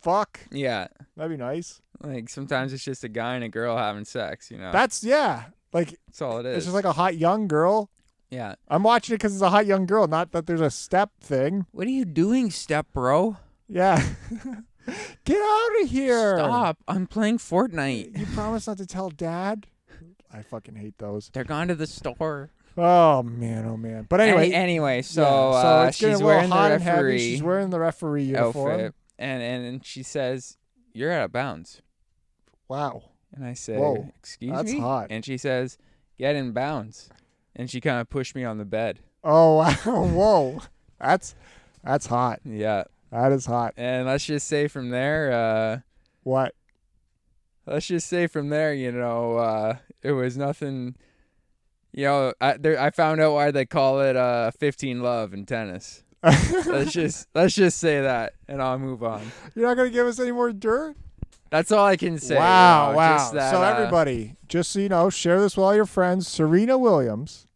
S2: Fuck,
S1: Yeah.
S2: that'd be nice.
S1: Like sometimes it's just a guy and a girl having sex, you know.
S2: That's yeah, like
S1: That's all Uh, it is.
S2: it's just like a hot young girl.
S1: yeah.
S2: I'm watching it because it's a hot young girl, not that there's a step thing.
S1: What are you doing, step bro?
S2: Yeah, get out of here.
S1: Stop. I'm playing Fortnite.
S2: You promise not to tell dad. I fucking hate those.
S1: They're gone to the store.
S2: Oh man, oh man. But anyway,
S1: Any- anyway, so,
S2: yeah,
S1: uh,
S2: it's getting
S1: she's
S2: a little
S1: wearing the
S2: hot and heavy.
S1: referee
S2: She's wearing the referee uniform.
S1: outfit, and, and and she says, "You're out of bounds."
S2: Wow.
S1: And I say,
S2: Whoa,
S1: "Excuse
S2: that's
S1: me."
S2: hot.
S1: And she says, "Get in bounds." And she kind of pushed me on the bed.
S2: Oh wow. Whoa. That's that's hot.
S1: Yeah.
S2: That is hot.
S1: And let's just say from there, uh,
S2: What?
S1: let's just say from there, you know, uh, it was nothing. You know, I there, I found out why they call it uh, 15 love in tennis. Let's just let's just say that, and I'll move on.
S2: You're not gonna give us any more dirt?
S1: That's all I can say. you
S2: wow,
S1: know,
S2: wow.
S1: just that,
S2: so
S1: uh,
S2: everybody, just so you know, share this with all your friends. Serena Williams,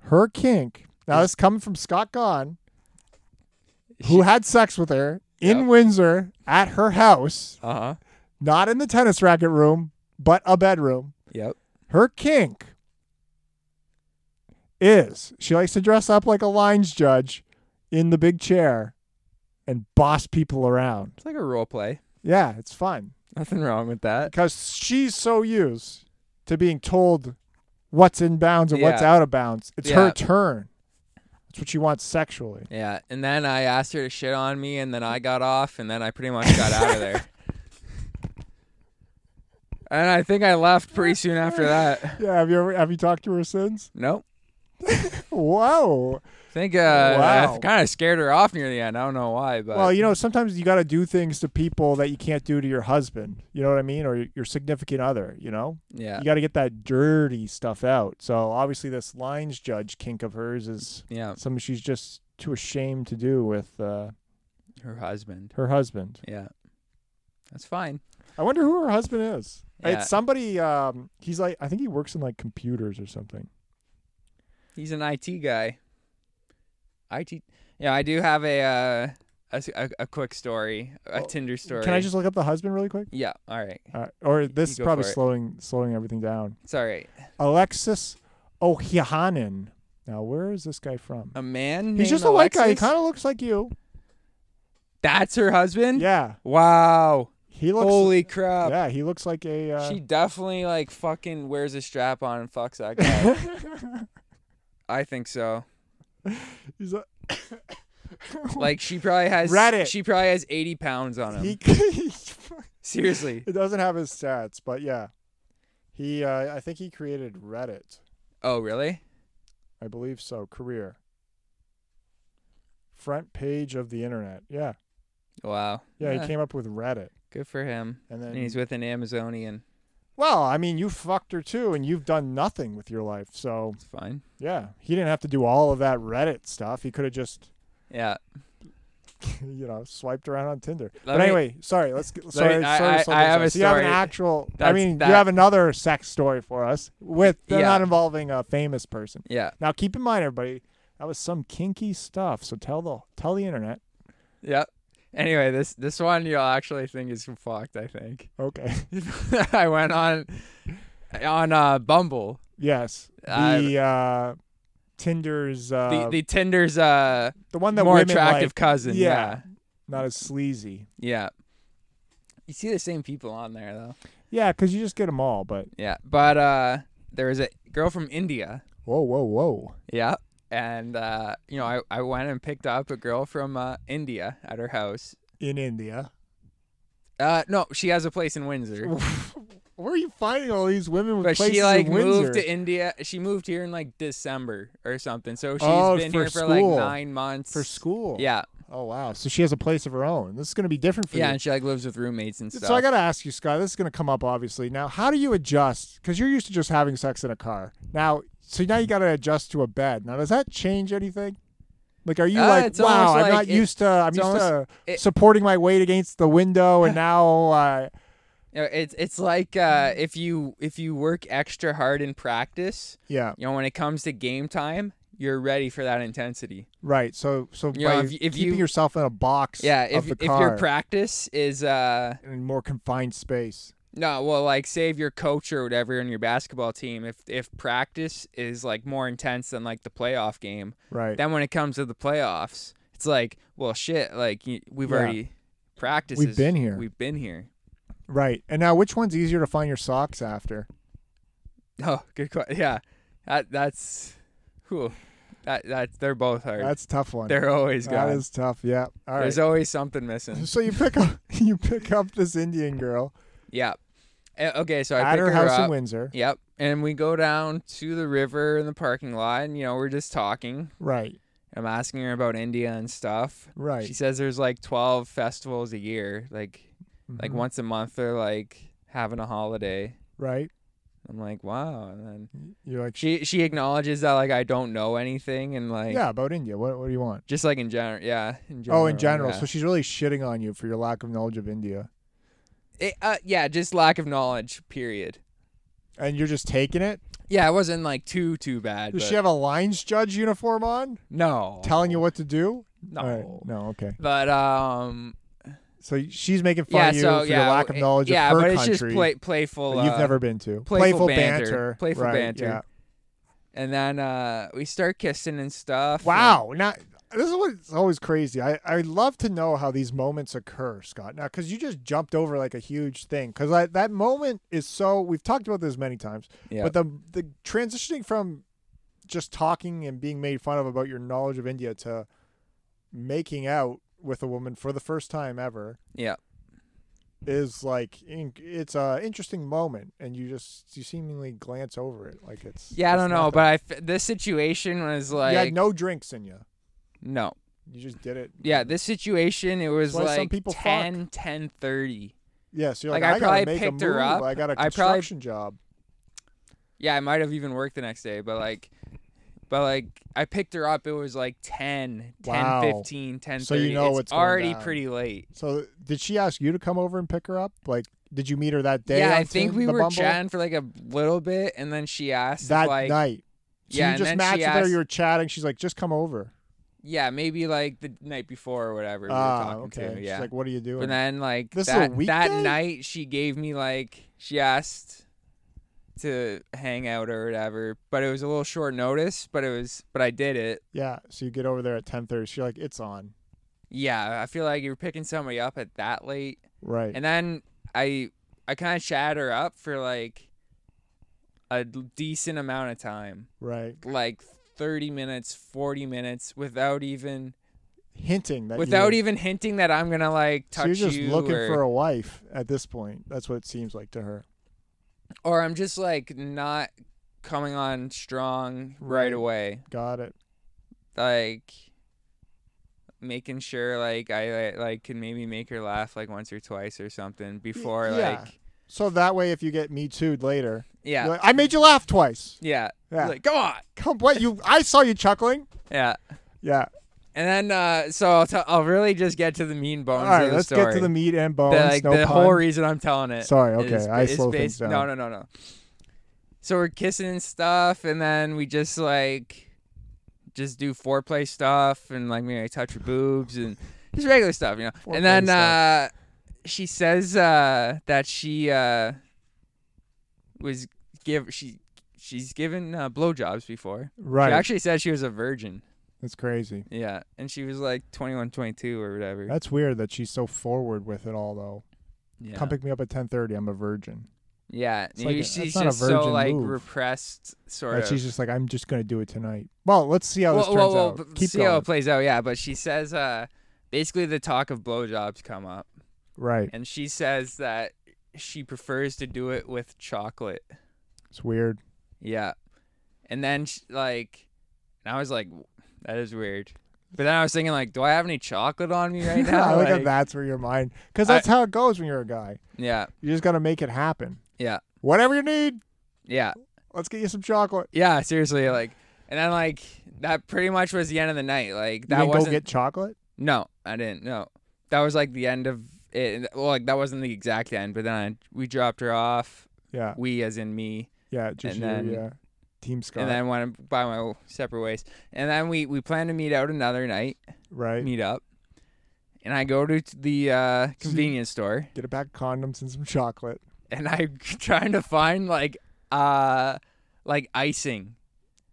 S2: her kink. Now this is coming from Scott Gahn, who had sex with her in
S1: Yep.
S2: Windsor at her house,
S1: uh huh.
S2: not in the tennis racket room, but a bedroom.
S1: Yep.
S2: Her kink is she likes to dress up like a lines judge in the big chair and boss people around.
S1: It's like a role play.
S2: Yeah, it's fun
S1: Nothing wrong with that.
S2: because she's so used to being told what's in bounds and what's
S1: Yeah.
S2: out of bounds. It's her
S1: Yeah.
S2: turn. That's what she wants sexually.
S1: Yeah, and then I asked her to shit on me, and then I got off, and then I pretty much got out of there. And I think I left pretty soon after that.
S2: Yeah, have you ever have you talked to her since?
S1: Nope.
S2: Whoa.
S1: I think uh,
S2: Wow.
S1: I kind of scared her off near the end. I don't know why, but
S2: Well, you know, sometimes you got to do things to people that you can't do to your husband. You know what I mean? Or your- your significant other, you know?
S1: yeah,
S2: You got to get that dirty stuff out. So, obviously this lines judge kink of hers is
S1: yeah,
S2: something she's just too ashamed to do with uh,
S1: her husband.
S2: her husband.
S1: Yeah, that's fine.
S2: I wonder who her husband is.
S1: Yeah.
S2: It's somebody um he's like I think he works in like computers or something.
S1: He's an IT guy. IT. Yeah, I do have a uh, a, s- a- a quick story, a
S2: Well,
S1: Tinder story.
S2: Can I just look up the husband really quick?
S1: Yeah. All right.
S2: Uh, or this is
S1: go
S2: probably
S1: for it.
S2: slowing slowing everything down.
S1: It's all right.
S2: Alexis Ohiahanen. Now, where is this guy from?
S1: A man.
S2: He's just a
S1: named
S2: white guy. He
S1: Uh, Alexis?
S2: kind of looks like you.
S1: That's her husband.
S2: Yeah,
S1: Wow.
S2: he looks.
S1: Holy crap.
S2: yeah, he looks like a. Uh,
S1: She definitely like fucking wears a strap on and fucks that guy. I think so.
S2: he's a,
S1: Like she probably has
S2: Reddit.
S1: She probably has eighty pounds on him.
S2: he,
S1: Seriously.
S2: it doesn't have his stats, but yeah, he. Uh, I think he created Reddit.
S1: Oh really?
S2: I believe so. Career. Front page of the internet. Yeah,
S1: Wow.
S2: yeah. He came up with Reddit,
S1: Good for him.
S2: and then
S1: And he's with an Amazonian.
S2: Well, I mean, you fucked her too, and you've done nothing with your life. So
S1: It's fine.
S2: yeah, he didn't have to do all of that Reddit stuff. He could have just,
S1: Yeah.
S2: you know, swiped around on Tinder.
S1: Let
S2: but
S1: me-
S2: anyway, sorry. Let's get, sorry.
S1: me- I-
S2: sorry,
S1: I-
S2: sorry,
S1: I have
S2: sorry.
S1: a
S2: So you have an
S1: story.
S2: actual. I
S1: That's-
S2: mean,
S1: that-
S2: you have another sex story for us with they're
S1: Yeah.
S2: not involving a famous person.
S1: Yeah.
S2: Now, keep in mind, everybody, that was some kinky stuff. So tell the tell the internet.
S1: Yep. Anyway, this this one you'll actually think is fucked. I think
S2: Okay.
S1: I went on on uh, Bumble,
S2: yes. The uh, Tinder's uh,
S1: the, the Tinder's uh,
S2: the one that
S1: more
S2: women
S1: attractive
S2: like,
S1: cousin.
S2: Yeah.
S1: Yeah.
S2: not as sleazy.
S1: yeah, You see the same people on there though.
S2: Yeah, because you just get them all. But
S1: Yeah, but uh, there was a girl from India.
S2: whoa, whoa, whoa!
S1: Yeah, and uh, you know I I went and picked up a girl from uh, India at her house.
S2: In India,
S1: Uh, no, she has a place in Windsor.
S2: where are you finding all these women with
S1: But
S2: places
S1: she like
S2: in Windsor?
S1: moved to India. She moved here in like December or something. So she's
S2: Oh,
S1: been
S2: for
S1: here for like
S2: school.
S1: nine months
S2: for school?
S1: Yeah,
S2: Oh wow! So she has a place of her own. This is going to be different for
S1: yeah,
S2: you.
S1: and she like lives with roommates and stuff.
S2: So I got to ask you, Scott. This is going to come up obviously. Now, how do you adjust? Because you're used to just having sex in a car. Now, so now you got to adjust to a bed. Now, does that change anything? Like, are you
S1: Uh,
S2: like,
S1: it's
S2: wow,
S1: almost
S2: I'm
S1: like
S2: not
S1: it-
S2: used to, I'm
S1: it's
S2: used to
S1: almost- it-
S2: supporting my weight against the window, and now, uh,
S1: You know, it's it's like uh, if you if you work extra hard in practice,
S2: yeah,
S1: you know, when it comes to game time, you're ready for that intensity.
S2: Right. So so
S1: You
S2: by
S1: know, if you- if
S2: keeping
S1: you-
S2: yourself in a box
S1: Yeah,
S2: of
S1: if
S2: the
S1: if
S2: car
S1: your practice is uh
S2: in a more confined space.
S1: no, well like say if your coach or whatever in your basketball team, if if practice is like more intense than like the playoff game,
S2: Right.
S1: Then when it comes to the playoffs, it's like, well, shit, like y- we've
S2: Yeah.
S1: already practiced.
S2: We've
S1: this.
S2: been here.
S1: We've been here.
S2: right. And now which one's easier to find your socks after?
S1: Oh, good question. Yeah, that that's cool. That that's they're both hard.
S2: That's a tough one.
S1: they're always
S2: That
S1: gone.
S2: is tough. Yeah. All right.
S1: There's always something missing.
S2: so you pick up you pick up this Indian girl
S1: Yeah. Eh, Okay, so I
S2: at
S1: pick
S2: her house
S1: up.
S2: in Windsor.
S1: Yep, and we go down to the river in the parking lot, and you know we're just talking.
S2: Right.
S1: I'm asking her about India and stuff.
S2: Right.
S1: She says there's like 12 festivals a year, like like
S2: Mhm.
S1: once a month they're like having a holiday
S2: Right.
S1: i'm like wow and then
S2: You're like
S1: she she acknowledges that like i don't know anything and like
S2: yeah about India. What what do you want?
S1: just like in general yeah in general
S2: Oh, in general.
S1: yeah.
S2: So she's really shitting on you for your lack of knowledge of India,
S1: It- uh, yeah just lack of knowledge period
S2: and you're just taking it.
S1: yeah it wasn't like too too bad
S2: Does
S1: but
S2: she have a lines judge uniform on,
S1: no
S2: telling you what to do?
S1: no
S2: All right. No. Okay.
S1: but um
S2: So she's making fun
S1: yeah
S2: of you
S1: so
S2: for
S1: yeah
S2: your lack of
S1: w-
S2: knowledge
S1: yeah
S2: of her
S1: but
S2: country
S1: it's just play, playful
S2: that you've
S1: uh,
S2: never been to.
S1: playful banter. Playful
S2: right,
S1: banter.
S2: Yeah.
S1: and then uh we start kissing and stuff and-
S2: Wow. Not this is what's always crazy. I, I love to know how these moments occur, Scott. Now, because you just jumped over like a huge thing. Because that moment is so. We've talked about this many times.
S1: Yeah.
S2: But the the transitioning from just talking and being made fun of about your knowledge of India to making out with a woman for the first time ever
S1: yeah.
S2: is like in- it's a interesting moment, and you just you seemingly glance over it like it's
S1: Yeah, I
S2: it's
S1: don't know,
S2: nothing.
S1: but I f- this situation was
S2: you had
S1: like
S2: no drinks in you.
S1: no.
S2: You just did it.
S1: Yeah, this situation it was
S2: why some
S1: like
S2: people fuck.
S1: 10 10:30.
S2: Yeah, so you're
S1: Like,
S2: like,
S1: I
S2: I,
S1: probably
S2: gotta make
S1: picked
S2: a
S1: her
S2: move.
S1: up.
S2: I got a
S1: I probably-
S2: construction job.
S1: Yeah, I might have even worked the next day, but like but like I picked her up it was like 10 10
S2: Wow.
S1: 15 10
S2: So you know
S1: it's,
S2: what's going
S1: already
S2: down.
S1: pretty late.
S2: So did she ask you to come over and pick her up? Like, did you meet her that day?
S1: yeah, I
S2: on
S1: think
S2: Tin-
S1: we
S2: the
S1: were
S2: Bumble?
S1: chatting for like a little bit and then she asked if,
S2: that
S1: like
S2: night. So
S1: yeah,
S2: you
S1: and
S2: just
S1: then she
S2: matched with her.
S1: asked-
S2: You were chatting. She's like, "Just come over."
S1: yeah, maybe like the night before or whatever we were
S2: ah,
S1: talking
S2: okay.
S1: to.
S2: She's
S1: Yeah.
S2: like, "What are you doing?"
S1: But then like
S2: This is a
S1: that that
S2: weekday?
S1: night she gave me like she asked to hang out or whatever, but it was a little short notice, but it was but I did it.
S2: yeah. So you get over there at ten thirty. She's like, "It's on."
S1: Yeah, I feel like you were picking somebody up at that late.
S2: Right.
S1: And then I I kind of chatted her up for like a d- decent amount of time.
S2: right.
S1: Like 30 minutes, 40 minutes without even
S2: Hinting that you
S1: without
S2: were-
S1: even hinting that I'm going to like
S2: So
S1: touch
S2: you're just
S1: you
S2: looking
S1: or-
S2: for a wife at this point. That's what it seems like to her.
S1: or I'm just like not coming on strong right,
S2: Right.
S1: away.
S2: Got it.
S1: Like making sure like I like, like can maybe make her laugh like once or twice or something before
S2: yeah.
S1: like
S2: So that way, if you get me too later,
S1: yeah.
S2: you're like, I made you laugh twice.
S1: yeah.
S2: Yeah.
S1: Like come on.
S2: Come, what you? I saw you chuckling.
S1: Yeah.
S2: Yeah.
S1: And then uh so I'll t- I'll really just get to the mean bones
S2: All right,
S1: of the
S2: let's
S1: story.
S2: get to the meat and
S1: The,
S2: bones.
S1: like
S2: no
S1: the
S2: pun.
S1: whole reason I'm telling it.
S2: Sorry, okay,
S1: is-
S2: I
S1: is
S2: slow things
S1: based-
S2: down.
S1: No, no, no, no. So we're kissing and stuff, and then we just like just do foreplay stuff, and like maybe I touch her boobs and just regular stuff, you know. and then
S2: Foreplay stuff.
S1: uh she says uh that she uh was give she she's given uh, blowjobs before.
S2: right,
S1: She actually said she was a virgin.
S2: that's crazy.
S1: Yeah, and she was like 21, 22 or whatever.
S2: That's weird that she's so forward with it all, though.
S1: yeah.
S2: Come pick me up at ten thirty. I'm a virgin.
S1: Yeah,
S2: like
S1: maybe
S2: a-
S1: she's
S2: that's not a
S1: just so
S2: virgin
S1: like
S2: move.
S1: repressed, sort
S2: That
S1: of.
S2: she's just like, I'm just gonna do it tonight. Well, let's see how this
S1: Well,
S2: turns
S1: well, well,
S2: out.
S1: but
S2: Keep
S1: see
S2: going.
S1: how it plays out. Yeah, but she says uh, basically the talk of blowjobs come up,
S2: right,
S1: and she says that she prefers to do it with chocolate.
S2: it's weird.
S1: Yeah, and then sh like, and I was like, that is weird. But then I was thinking like, do I have any chocolate on me right now?
S2: I
S1: Like,
S2: like, that that's where your mind, because
S1: I-
S2: that's how it goes when you're a guy.
S1: Yeah,
S2: You just gotta make it happen.
S1: Yeah.
S2: Whatever you need,
S1: yeah,
S2: let's get you some chocolate.
S1: yeah. Seriously, like, and then like that pretty much was the end of the night. Like
S2: You
S1: that
S2: didn't go
S1: wasn't
S2: get chocolate.
S1: No, I didn't. No, that was like the end of it. and- Well, like that wasn't the exact end, but then I, we dropped her off.
S2: Yeah,
S1: We, as in me,
S2: yeah, just
S1: And
S2: you,
S1: then-
S2: yeah. Team Scott,
S1: and then went by my separate ways. And then we we plan to meet out another night,
S2: right?
S1: meet up. And I go to t- the uh, convenience store,
S2: Get a pack of condoms and some chocolate.
S1: and I'm trying to find like uh like icing.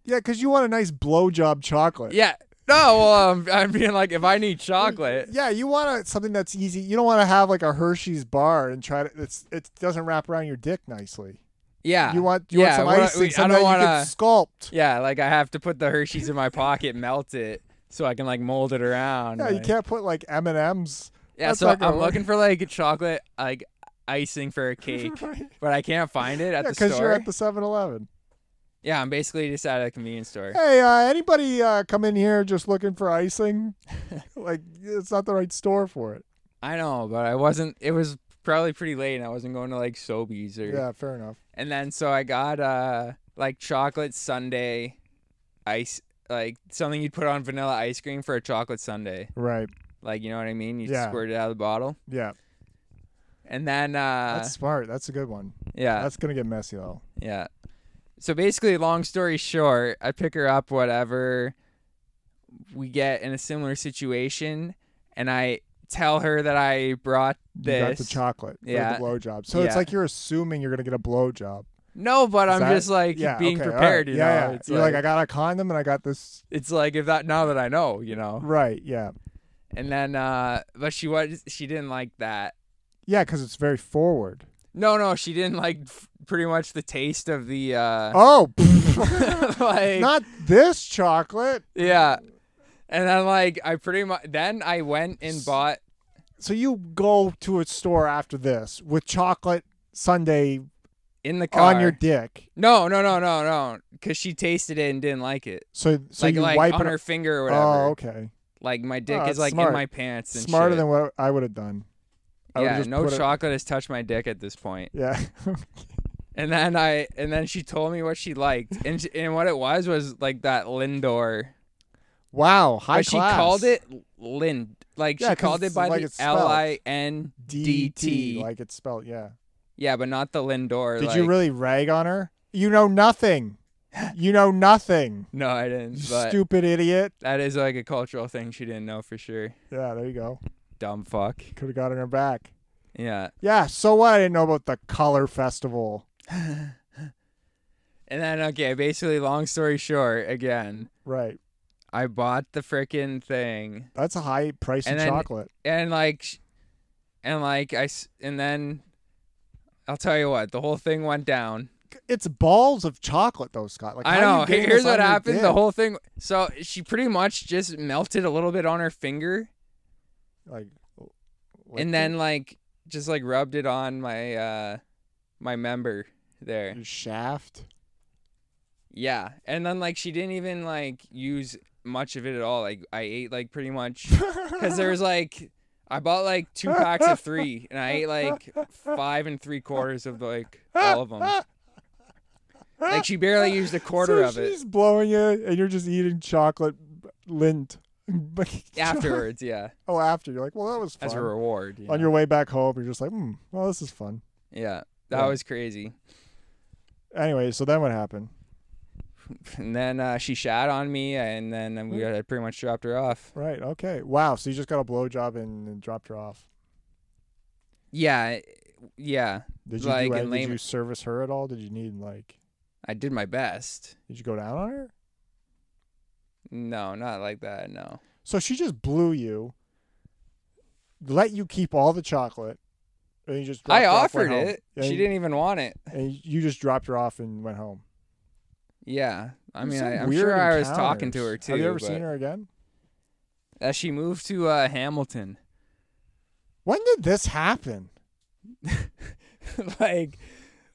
S2: Yeah, because you want a nice blowjob chocolate.
S1: Yeah. No, well, I'm, I'm being like, if I need chocolate,
S2: Yeah, you want to, something that's easy. You don't want to have like a Hershey's bar and try to. It's it doesn't wrap around your dick nicely.
S1: yeah,
S2: You want you
S1: Yeah,
S2: want some
S1: what I-
S2: icing,
S1: we- I
S2: something
S1: don't
S2: that you
S1: wanna-
S2: can sculpt.
S1: Yeah, like I have to put the Hershey's in my pocket, melt it, so I can like mold it around.
S2: Yeah, you
S1: like-
S2: can't put like M and M's.
S1: Yeah,
S2: that's
S1: so
S2: not
S1: I'm
S2: gonna work.
S1: looking for like chocolate, like icing for a cake, but I can't find it at
S2: Yeah,
S1: the store.
S2: because you're at the 7-Eleven.
S1: Yeah, I'm basically just at a convenience store.
S2: Hey, uh, anybody uh, come in here just looking for icing? like it's not the right store for it.
S1: I know, but I wasn't. It was probably pretty late, and I wasn't going to like Sobeys or.
S2: Yeah, fair enough.
S1: And then so I got uh like chocolate sundae, ice like something you'd put on vanilla ice cream for a chocolate sundae.
S2: Right.
S1: Like you know what I mean? You
S2: Yeah.
S1: squirt it out of the bottle,
S2: Yeah,
S1: and then uh
S2: that's smart. That's a good one.
S1: yeah.
S2: that's gonna get messy though.
S1: Yeah. So basically, long story short, I pick her up, whatever. We get in a similar situation, and I tell her that I brought
S2: You got
S1: this.
S2: the chocolate. for
S1: Yeah.
S2: The blowjob. So
S1: Yeah.
S2: it's like you're assuming you're gonna get a blowjob.
S1: No, but
S2: Is
S1: I'm
S2: that-
S1: just like
S2: yeah,
S1: being
S2: okay, all right.
S1: prepared. You
S2: yeah,
S1: know,
S2: yeah.
S1: it's
S2: You're like, I got a condom and I got this.
S1: it's like if that now that I know, you know.
S2: Right. Yeah.
S1: And then, uh but she was she didn't like that.
S2: Yeah, because it's very forward.
S1: No, no, she didn't like f- pretty much the taste of the. uh
S2: Oh,
S1: Like
S2: not this chocolate.
S1: yeah. And then like I pretty much then I went and bought
S2: So you go to a store after this with chocolate Sunday
S1: in the car.
S2: on your dick.
S1: no, no, no, no, no, because she tasted it and didn't like it.
S2: So so
S1: like
S2: you
S1: like
S2: wipe
S1: on
S2: it.
S1: her finger or whatever.
S2: oh, okay.
S1: Like my dick
S2: Oh,
S1: is
S2: that's
S1: like
S2: smart.
S1: in my pants and
S2: Smarter
S1: shit.
S2: than what I would have done. I would've
S1: yeah,
S2: just
S1: no
S2: put it-
S1: chocolate has touched my dick at this point.
S2: Yeah.
S1: And then I and then she told me what she liked, and she, and what it was was like that Lindor.
S2: wow. High
S1: but she
S2: class.
S1: called it Lind, like
S2: Yeah,
S1: she
S2: 'cause
S1: called
S2: it's
S1: it by
S2: like
S1: the
S2: it's spelled.
S1: L I N. DT.
S2: like it's spelled. Yeah.
S1: Yeah, but not the Lindor.
S2: Did
S1: like,
S2: you really rag on her? You know nothing. You know nothing.
S1: No, I
S2: You
S1: didn't. But
S2: stupid idiot.
S1: that is like a cultural thing she didn't know for sure.
S2: Yeah, there you go.
S1: Dumb fuck.
S2: Could have gotten her back.
S1: Yeah.
S2: Yeah, so what? I didn't know about the color festival.
S1: And then okay, basically, long story short, again,
S2: Right.
S1: I bought the freaking thing.
S2: That's a high price of
S1: And then-
S2: chocolate.
S1: and like sh- and like i s- and then i'll tell you what the whole thing went down
S2: It's balls of chocolate though, Scott. Like
S1: i
S2: how
S1: know
S2: you getting
S1: here's
S2: this on
S1: what
S2: your
S1: happened the
S2: dick?
S1: whole thing so she pretty much just melted a little bit on her finger
S2: like
S1: and then like just like rubbed it on my uh my member there
S2: your shaft.
S1: yeah and then like she didn't even like use much of it at all like i ate like pretty much because there was like I bought like two packs of three, and I ate like five and three quarters of like all of them. Like she barely used a quarter
S2: so
S1: of it
S2: She's blowing it and you're just eating chocolate lint.
S1: afterwards. Yeah,
S2: Oh, after. You're like, well, that was fun.
S1: as a reward. you
S2: On
S1: know?
S2: your way back home, you're just like, hmm, well, this is fun.
S1: yeah, that
S2: Yeah.
S1: was crazy.
S2: Anyway, so then what happened?
S1: And then uh, she shat on me, and then
S2: Mm-hmm.
S1: we I pretty much dropped her off.
S2: Right. Okay. Wow. So you just got a blowjob and, and dropped her off.
S1: Yeah, yeah,
S2: Did you
S1: Like, in
S2: do, any- did
S1: layman-
S2: you service her at all? Did you need like
S1: I did my best.
S2: did you go down on her?
S1: No, not like that. No.
S2: So she just blew you, let you keep all the chocolate, and you just dropped
S1: I
S2: her off,
S1: offered
S2: went home.
S1: it.
S2: And,
S1: She didn't even want it.
S2: and you just dropped her off and went home.
S1: Yeah, I
S2: There's
S1: mean,
S2: some
S1: I, I'm
S2: weird
S1: sure I was talking to her
S2: encounters.
S1: too.
S2: Have you ever
S1: but-
S2: seen her again?
S1: Uh, she moved to uh, Hamilton.
S2: When did this happen?
S1: like,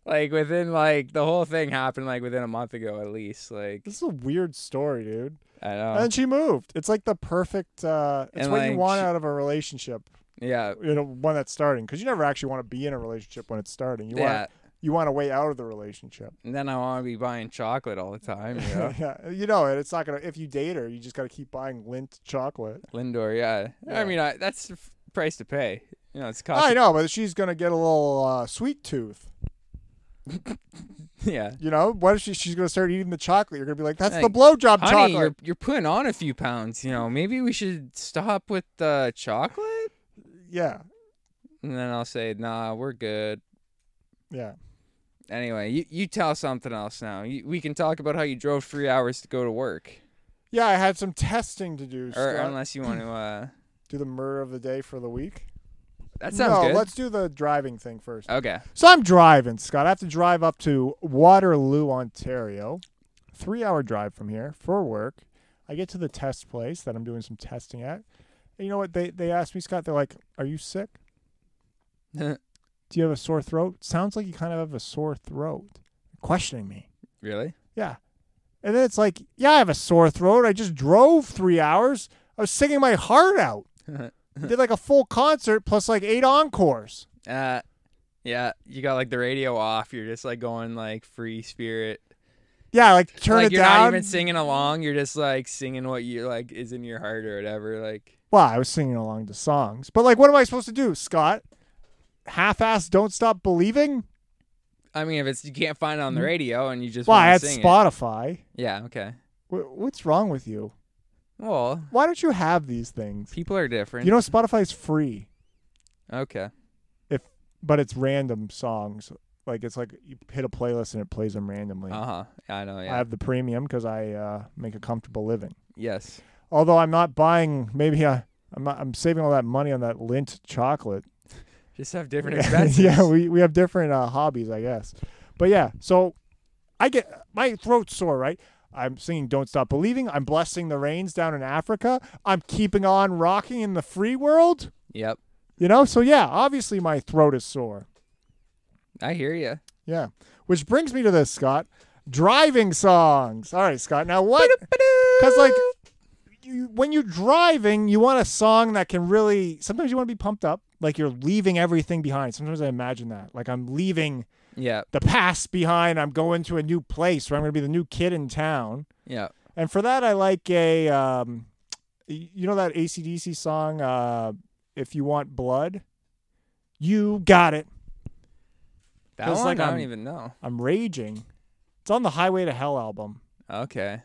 S1: like within like the whole thing happened like within a month ago at least. Like
S2: This is a weird story, dude.
S1: I don't know.
S2: and she moved. It's like the perfect. Uh,
S1: Uh-huh.
S2: it's
S1: And,
S2: what you
S1: like,
S2: want
S1: she-
S2: out of a relationship.
S1: Yeah,
S2: you know one that's starting because you never actually want to be in a relationship when it's starting you
S1: yeah.
S2: want you want a way out of the relationship
S1: And then I want to be buying chocolate all the time. You know?
S2: yeah you know and it's not gonna if you date her you just gotta keep buying lint chocolate
S1: Lindor. Yeah.
S2: Yeah.
S1: I mean, I, that's the f- price to pay. You know, it's
S2: i
S1: cost.
S2: know but she's gonna get a little uh, sweet tooth
S1: Yeah.
S2: you know what if she, she's gonna start eating the chocolate you're gonna be like that's the
S1: Like,
S2: blowjob
S1: Honey,
S2: chocolate
S1: you're you're putting on a few pounds. You know, maybe we should stop with the chocolate.
S2: yeah
S1: And then I'll say, Nah, we're good.
S2: yeah
S1: Anyway, you, you tell something else now. You, we can talk about how you drove three hours to go to work.
S2: yeah i had some testing to do
S1: or
S2: Scott.
S1: unless you want to. Uh,
S2: do the murder of the day for the week
S1: that sounds
S2: no
S1: good.
S2: let's do the driving thing first
S1: Okay.
S2: So I'm driving, Scott. I have to drive up to Waterloo, Ontario. Three hour drive from here for work. I get to the test place that I'm doing some testing at. And you know what? They they asked me, Scott, they're like, Are you sick? Do you have a sore throat? Sounds like you kind of have a sore throat. Questioning me.
S1: really?
S2: Yeah. And then it's like, Yeah, I have a sore throat. I just drove three hours. I was singing my heart out. Did like a full concert plus like eight encores.
S1: Uh, yeah. You got like the radio off. You're just like going like free spirit.
S2: Yeah, like turn
S1: like
S2: it
S1: you're
S2: down.
S1: not even singing along. You're just like singing what you like is in your heart or whatever. Like
S2: Well, I was singing along to songs, but like, what am I supposed to do, Scott? Half-ass, don't stop believing.
S1: I mean, if it's you can't find it on the
S2: Mm-hmm.
S1: radio and you just
S2: Well,
S1: want
S2: I had
S1: to sing
S2: Spotify.
S1: It. Yeah. Okay.
S2: Wh- What's wrong with you?
S1: Well,
S2: Why don't you have these things?
S1: people are different.
S2: You know, Spotify is free,
S1: okay.
S2: but it's random songs Like it's like you hit a playlist and it plays them randomly.
S1: Uh huh. I know.
S2: I
S1: Yeah.
S2: have the premium because I uh, make a comfortable living.
S1: yes.
S2: Although I'm not buying, maybe I, I'm not, I'm saving all that money on that Lint chocolate.
S1: Just have different
S2: Yeah,
S1: expenses.
S2: yeah, we we have different uh, hobbies, I guess. But yeah, so I get my throat's sore, right? I'm singing "Don't Stop Believing." I'm blessing the rains down in Africa. I'm keeping on rocking in the free world.
S1: yep.
S2: You know, so yeah, obviously my throat is sore.
S1: I hear you.
S2: Yeah, which brings me to this, Scott. Driving songs. All right, Scott. Now what? Because like, you, when you're driving, you want a song that can really. Sometimes you want to be pumped up, like you're leaving everything behind. Sometimes I imagine that, like I'm leaving
S1: Yeah.
S2: the past behind. I'm going to a new place where I'm going to be the new kid in town.
S1: Yeah.
S2: And for that, I like a, um, y- you know, that ACDC song, uh, If You Want Blood? You got it.
S1: That
S2: Feels
S1: one
S2: like
S1: I don't
S2: I'm-
S1: even know.
S2: I'm raging. It's on the Highway to Hell album.
S1: Okay.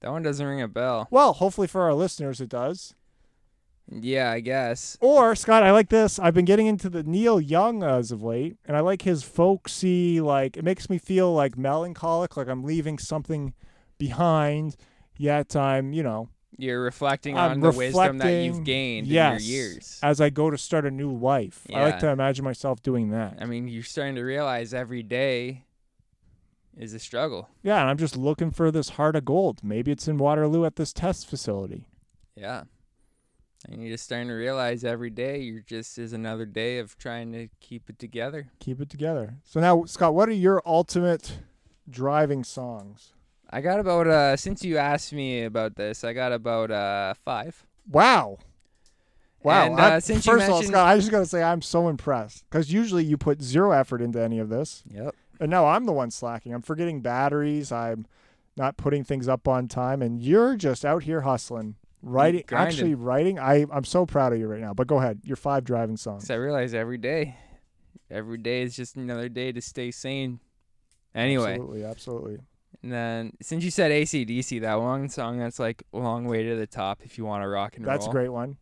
S1: That one doesn't ring a bell.
S2: Well, hopefully for our listeners, it does.
S1: Yeah, I guess.
S2: Or, Scott, I like this. I've been getting into the Neil Young as of late, and I like his folksy, like, it makes me feel like melancholic, like I'm leaving something behind, yet I'm, you know,
S1: You're reflecting
S2: I'm
S1: on the wisdom that
S2: reflecting-
S1: you've gained
S2: yes,
S1: in your years.
S2: As I go to start a new life, I like
S1: Yeah.
S2: to imagine myself doing that.
S1: I mean, you're starting to realize every day is a struggle.
S2: Yeah, and I'm just looking for this heart of gold. Maybe it's in Waterloo at this test facility.
S1: Yeah. And you're just starting to realize every day you're just is another day of trying to keep it together.
S2: Keep it together. So now, Scott, what are your ultimate driving songs?
S1: I got about uh since you asked me about this, I got about uh five.
S2: Wow. Wow.
S1: And,
S2: I-
S1: uh, since you
S2: first of all,
S1: mentioned-
S2: Scott, I just got to say I'm so impressed because usually you put zero effort into any of this.
S1: Yep.
S2: And now I'm the one slacking. I'm forgetting batteries. I'm not putting things up on time. And you're just out here hustling, writing,
S1: grinding.
S2: actually writing. I, I'm so proud of you right now. But go ahead. Your five driving songs.
S1: Because I realize every day, every day is just another day to stay sane. Anyway,
S2: Absolutely. Absolutely.
S1: and then since you said ACDC, that one song that's like long way to the top if you want to rock and
S2: That's a
S1: roll.
S2: great one.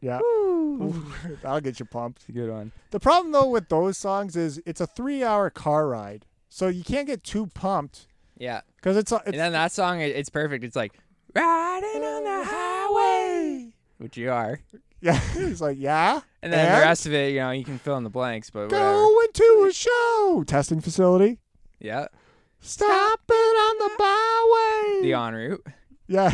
S2: Yeah.
S1: Woo.
S2: That'll get you pumped.
S1: It's a good one.
S2: The problem, though, with those songs is it's a three hour car ride. So you can't get too pumped
S1: Yeah.
S2: because it's, uh, it's
S1: and then that song, it, it's perfect. It's like, riding on the highway, which you are.
S2: Yeah, he's like, yeah.
S1: And then the
S2: And?
S1: rest of it, you know, you can fill in the blanks, but whatever.
S2: Going to a show. Testing facility.
S1: Yeah.
S2: Stopping on the byway.
S1: The en route.
S2: Yeah.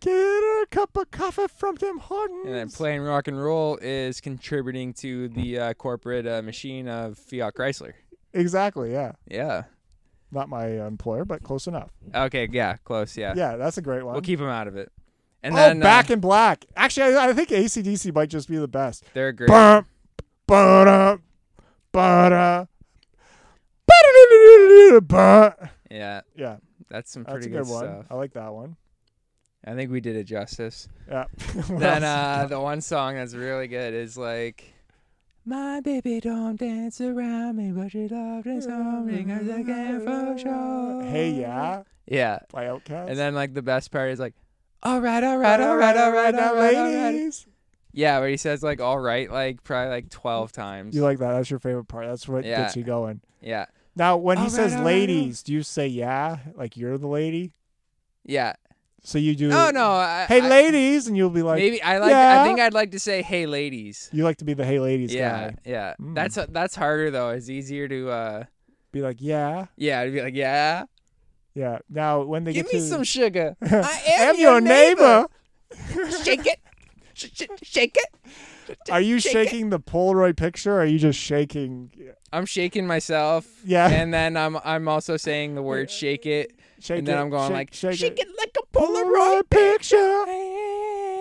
S2: Get her a cup of coffee from Tim Hortons.
S1: And then playing rock and roll is contributing to the uh, corporate uh, machine of Fiat Chrysler.
S2: Exactly. Yeah.
S1: Yeah.
S2: Not my employer, but close enough.
S1: Okay. Yeah. Close. Yeah.
S2: Yeah, that's a great one.
S1: We'll keep them out of it. And
S2: oh,
S1: then uh,
S2: back in black. Actually, I, I think ACDC might just be the best.
S1: they're great.
S2: Bump, ba-da, ba-da, ba
S1: Yeah,
S2: Yeah,
S1: that's some
S2: that's
S1: pretty
S2: a good, one.
S1: stuff.
S2: I like that one.
S1: I think we did it justice.
S2: Yeah. What
S1: then
S2: else?
S1: uh, the one song that's really good is like, "My baby don't dance around me, but she loves this song because I can't for sure."
S2: Hey yeah,
S1: Yeah,
S2: by Outkast.
S1: and then like the best part is like, "All right, all right, all right, all right, all right, all right."
S2: ladies.
S1: Yeah, where he says like "all right" like probably like twelve times.
S2: You like that? That's your favorite part. That's what
S1: Yeah.
S2: gets you going.
S1: yeah,
S2: Now, when he
S1: All Oh, right,
S2: says
S1: all right, all
S2: "ladies," do you say "yeah"? Like you're the lady,
S1: yeah.
S2: so you do.
S1: Oh no, I,
S2: Hey,
S1: I-
S2: ladies, and you'll be like,
S1: Maybe I like.
S2: yeah.
S1: I think I'd like to say "Hey, ladies."
S2: you like to be the "hey, ladies"
S1: Yeah,
S2: guy.
S1: yeah.
S2: Mm.
S1: That's that's harder though. It's easier to uh
S2: Be like, yeah,
S1: yeah, to be like, yeah.
S2: yeah. Now, when they
S1: Give
S2: get
S1: me
S2: to,
S1: some sugar. I am,
S2: I'm your neighbor.
S1: shake it. Sh- sh- shake it.
S2: Are you
S1: Shake it.
S2: shaking the Polaroid picture? Or are you just shaking?
S1: I'm shaking myself.
S2: Yeah.
S1: And then I'm I'm also saying the word shake it.
S2: Shake
S1: and then
S2: it,
S1: I'm going
S2: shake-
S1: like
S2: shake it.
S1: like a Polaroid.
S2: Polaroid picture.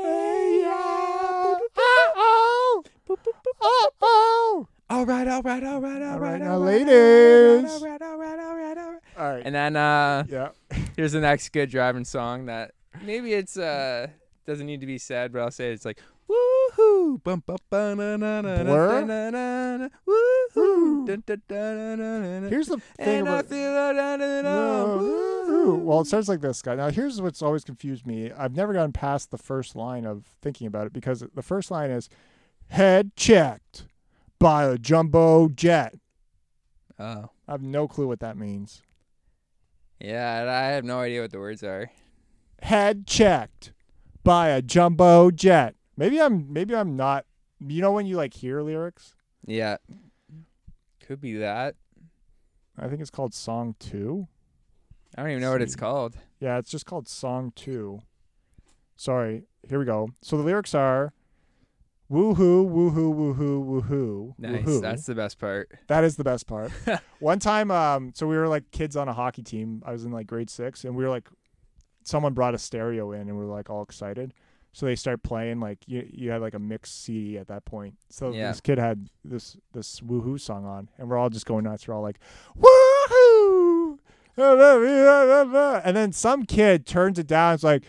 S2: Hey, yeah. Oh,
S1: Yeah.
S2: Uh-oh. Oh, Uh-oh.
S1: All right, all right, all right, all
S2: All
S1: right,
S2: right, now,
S1: all
S2: ladies.
S1: All right, all right, all right, all right.
S2: All right.
S1: And then uh
S2: yeah.
S1: Here's the next good driving song that maybe it's uh doesn't need to be said, but I'll say it's like woohoo bum bum ba, na na na
S2: Blur?
S1: na na na na woohoo dun, dun, dun, na, na, na, na.
S2: Here's the thing
S1: and I
S2: about
S1: feel it da, da, da, da,
S2: Ooh.
S1: woo-hoo.
S2: Well, it starts like this, guy. Now, here's what's always confused me. I've never gotten past the first line of thinking about it because the first line is head checked by a jumbo jet.
S1: Oh.
S2: I have no clue what that means.
S1: Yeah, and I have no idea what the words are.
S2: Head checked by a jumbo jet. Maybe I'm maybe I'm not you know when you like hear lyrics?
S1: Yeah. Could be that.
S2: I think it's called song 2.
S1: I don't even know what it's
S2: See.
S1: called.
S2: Yeah, it's just called Song 2. Sorry, here we go. So the lyrics are woohoo, woohoo, woohoo, woohoo.
S1: Nice.
S2: woohoo.
S1: That's the best part.
S2: That is the best part. One time, um, so we were like kids on a hockey team. I was in like grade six, and we were like, someone brought a stereo in, and we were like all excited. So they start playing like you you had like a mixed CD at that point. So
S1: Yeah.
S2: this kid had this this woohoo song on, and we're all just going nuts. We're all like, woohoo! And then some kid turns it down. It's like,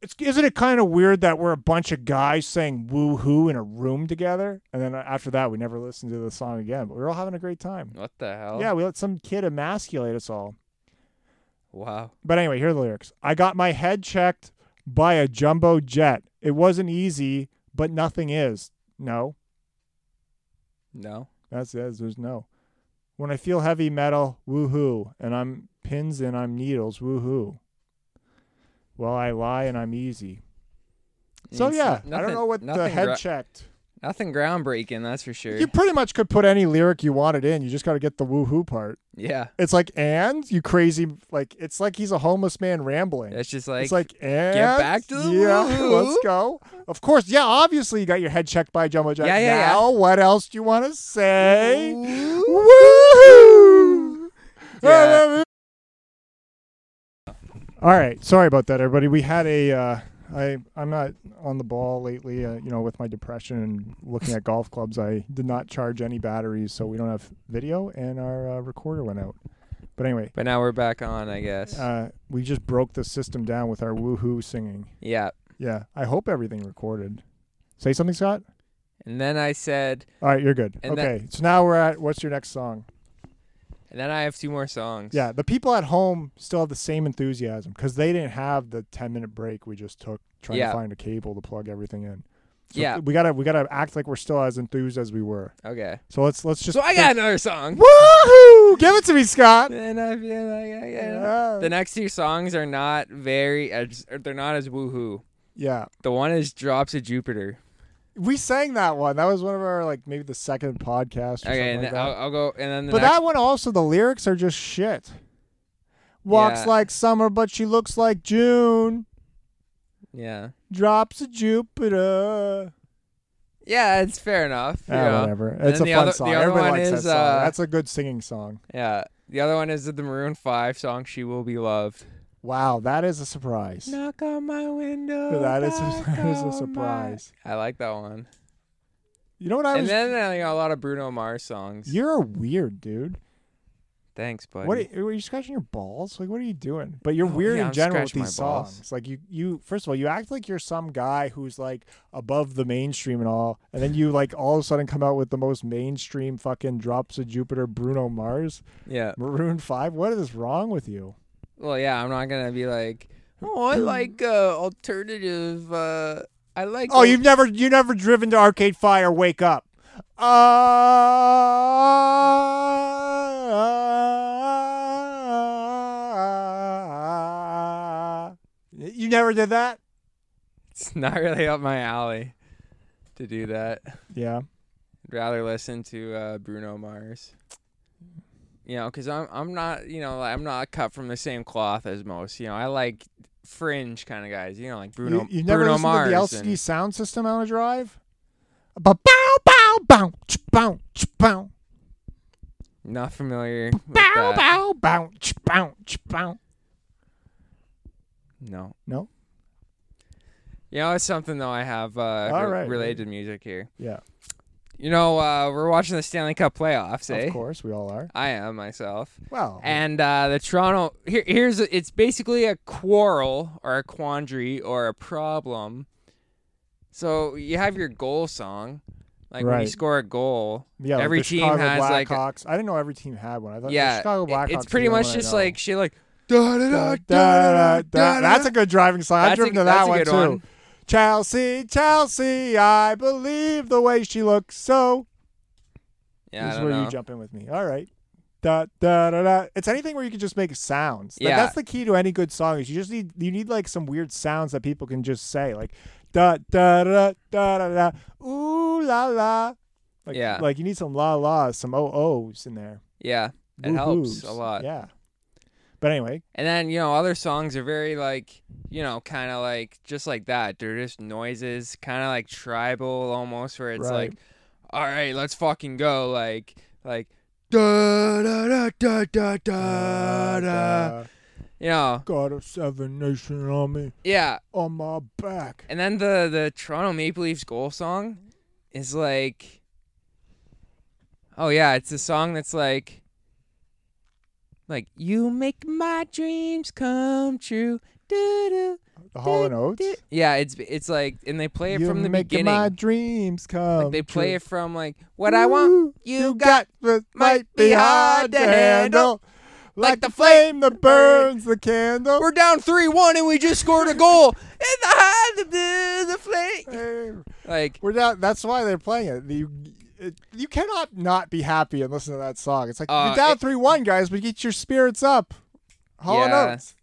S2: it's, isn't it kind of weird that we're a bunch of guys saying woohoo in a room together? And then after that, we never listened to the song again, but we were all having a great time.
S1: What the hell?
S2: Yeah, we let some kid emasculate us all.
S1: Wow.
S2: But anyway, here are the lyrics I got my head checked by a jumbo jet. It wasn't easy, but nothing is. No,
S1: No.
S2: that's it. There's no. When I feel heavy metal, woohoo. And I'm pins and I'm needles, woohoo. Well, I lie and I'm easy. So
S1: It's
S2: yeah,
S1: not-
S2: I don't
S1: nothing-
S2: know what the
S1: nothing
S2: head
S1: gra-
S2: checked.
S1: Nothing groundbreaking, that's for sure.
S2: You pretty much could put any lyric you wanted in. You just got to get the woohoo part.
S1: Yeah.
S2: It's like and you crazy like it's like he's a homeless man rambling.
S1: That's just like,
S2: it's like and
S1: back to the
S2: yeah,
S1: woohoo."
S2: let's go. Of course, yeah. Obviously, you got your head checked by a jumbo jet.
S1: Yeah, yeah, yeah.
S2: now, what else do you want to say?
S1: Ooh.
S2: Woohoo!
S1: Yeah.
S2: All right, sorry about that, everybody. We had a. Uh, I I'm not on the ball lately. Uh, you know, with my depression and looking at golf clubs, I did not charge any batteries, so we don't have video, and our uh, recorder went out. But anyway,
S1: But now we're back on, I guess.
S2: uh, we just broke the system down with our woohoo singing.
S1: yeah.
S2: Yeah, I hope everything recorded. Say something, Scott.
S1: And then I said,
S2: All right, you're good.
S1: And that-
S2: okay, so now we're at what's your next song?
S1: and then I have two more songs.
S2: Yeah, the people at home still have the same enthusiasm because they didn't have the 10 minute break we just took trying
S1: Yeah.
S2: to find a cable to plug everything in. So
S1: Yeah.
S2: we gotta we gotta act like we're still as enthused as we were.
S1: Okay.
S2: So let's let's just
S1: So I got another song.
S2: woohoo! Give it to me, Scott.
S1: Then I feel like I got-
S2: Yeah.
S1: The next two songs are not very, as- or they're not as woohoo.
S2: yeah,
S1: The one is Drops of Jupiter.
S2: we sang that one. That was one of our like maybe the second podcast. Or
S1: Okay,
S2: something
S1: and
S2: like
S1: then
S2: that.
S1: I'll, I'll go, and then the
S2: but
S1: next,
S2: that one also the lyrics are just shit. Walks
S1: Yeah.
S2: like summer, but she looks like June.
S1: yeah,
S2: Drops of Jupiter.
S1: yeah, it's fair enough. you
S2: Ah,
S1: know.
S2: whatever.
S1: And
S2: It's a
S1: the
S2: fun
S1: other-
S2: song.
S1: the other
S2: Everybody
S1: one
S2: likes
S1: is,
S2: that song.
S1: uh,
S2: That's a good singing song.
S1: Yeah. The other one is the Maroon 5 song, She Will Be Loved.
S2: Wow, that is a surprise.
S1: Knock on my window.
S2: that is a,
S1: knock
S2: that is
S1: on my-
S2: a surprise.
S1: I like that one.
S2: You know what I
S1: And
S2: was?
S1: then I got a lot of Bruno Mars songs.
S2: you're weird, dude.
S1: Thanks, buddy.
S2: What are, you- are you scratching your balls? Like, what are you doing? But you're
S1: No,
S2: weird
S1: yeah,
S2: in
S1: I'm
S2: general with
S1: scratching my
S2: these
S1: balls.
S2: songs. Like, you, you first of all, you act like you're some guy who's like above the mainstream and all, and then you like all of a sudden come out with the most mainstream fucking drops of Jupiter, Bruno Mars,
S1: yeah.
S2: Maroon Five. What is wrong with you?
S1: Well, yeah, I'm not going to be like, oh, I like uh, alternative. Uh, I like.
S2: Oh, you've never you never driven to Arcade Fire. Wake up. Ah. Ah. you never did that.
S1: It's not really up my alley to do that.
S2: Yeah.
S1: I'd rather listen to uh, Bruno Mars. You know, because I'm I'm not you know like, I'm not cut from the same cloth as most. You know, I like fringe kind of guys. You know, like Bruno
S2: you, you've never
S1: Bruno
S2: listened
S1: Mars.
S2: to the LCD
S1: and-
S2: sound system on a drive. Ba- Bow bow bounce bounce bounce
S1: not familiar with
S2: bow
S1: that.
S2: bow bounce bounce bounce.
S1: No.
S2: No?
S1: You know, it's something though. I have uh,
S2: All
S1: re-
S2: right.
S1: related music here.
S2: Yeah,
S1: You know, uh, we're watching the Stanley Cup playoffs, eh?
S2: of course we all are.
S1: I am myself.
S2: Well,
S1: And uh, the Toronto here, here's it's basically a quarrel or a quandary or a problem. So you have your goal song, like when you
S2: Right.
S1: score a goal,
S2: yeah, like
S1: every
S2: the
S1: team
S2: Chicago
S1: has, like, a-
S2: Blackhawks. I didn't know every team had one. I thought the
S1: yeah,
S2: Chicago
S1: it-
S2: Blackhawks.
S1: it's
S2: is
S1: pretty
S2: the only
S1: much
S2: one I
S1: just
S2: know.
S1: like shit, like
S2: Da, da, da, da, da, da. That's a good driving song. I've
S1: That's a-
S2: driven to
S1: that's
S2: that
S1: a
S2: one
S1: good
S2: too.
S1: one.
S2: Chelsea, Chelsea, I believe the way she looks. So
S1: yeah, I
S2: this is
S1: don't
S2: where
S1: know.
S2: you jump in with me. All right, da da da da. It's anything where you can just make sounds. Like,
S1: Yeah.
S2: that's the key to any good song. Is you just need you need like some weird sounds that people can just say, like da da da da da da. Ooh la la. Like,
S1: Yeah.
S2: Like you need some la la's, some oh ohs in there.
S1: Yeah. It helps
S2: Woo-hoos.
S1: a lot.
S2: Yeah. But anyway,
S1: And then, you know, other songs are very like, you know, kind of like just like that. They're just noises, kind of like tribal almost, where it's
S2: Right.
S1: like, all right, let's fucking go. Like, like, da da da da da da da.
S2: da.
S1: You know,
S2: got a seven nation army
S1: yeah.
S2: on my back.
S1: And then the the Toronto Maple Leafs goal song is like, oh yeah, it's a song that's like, like you make my dreams come true. Doo doo.
S2: The Hall and Oates.
S1: Yeah, it's it's like, and they play it
S2: you
S1: from the
S2: make
S1: beginning.
S2: my dreams come.
S1: like they play
S2: true.
S1: it from like what I want,
S2: Ooh,
S1: you, got,
S2: but
S1: might be hard to handle.
S2: Like
S1: Like
S2: the
S1: the
S2: flame that
S1: burn-
S2: burns the candle.
S1: We're down three one, and we just scored a goal. and the high, the blue, the flame.
S2: Hey,
S1: Like
S2: We're not. That's why they're playing it. You, it, you cannot not be happy and listen to that song. It's like
S1: Uh,
S2: you're down
S1: it-
S2: three one, guys, but get your spirits up. Hall and
S1: Yeah.
S2: Oates.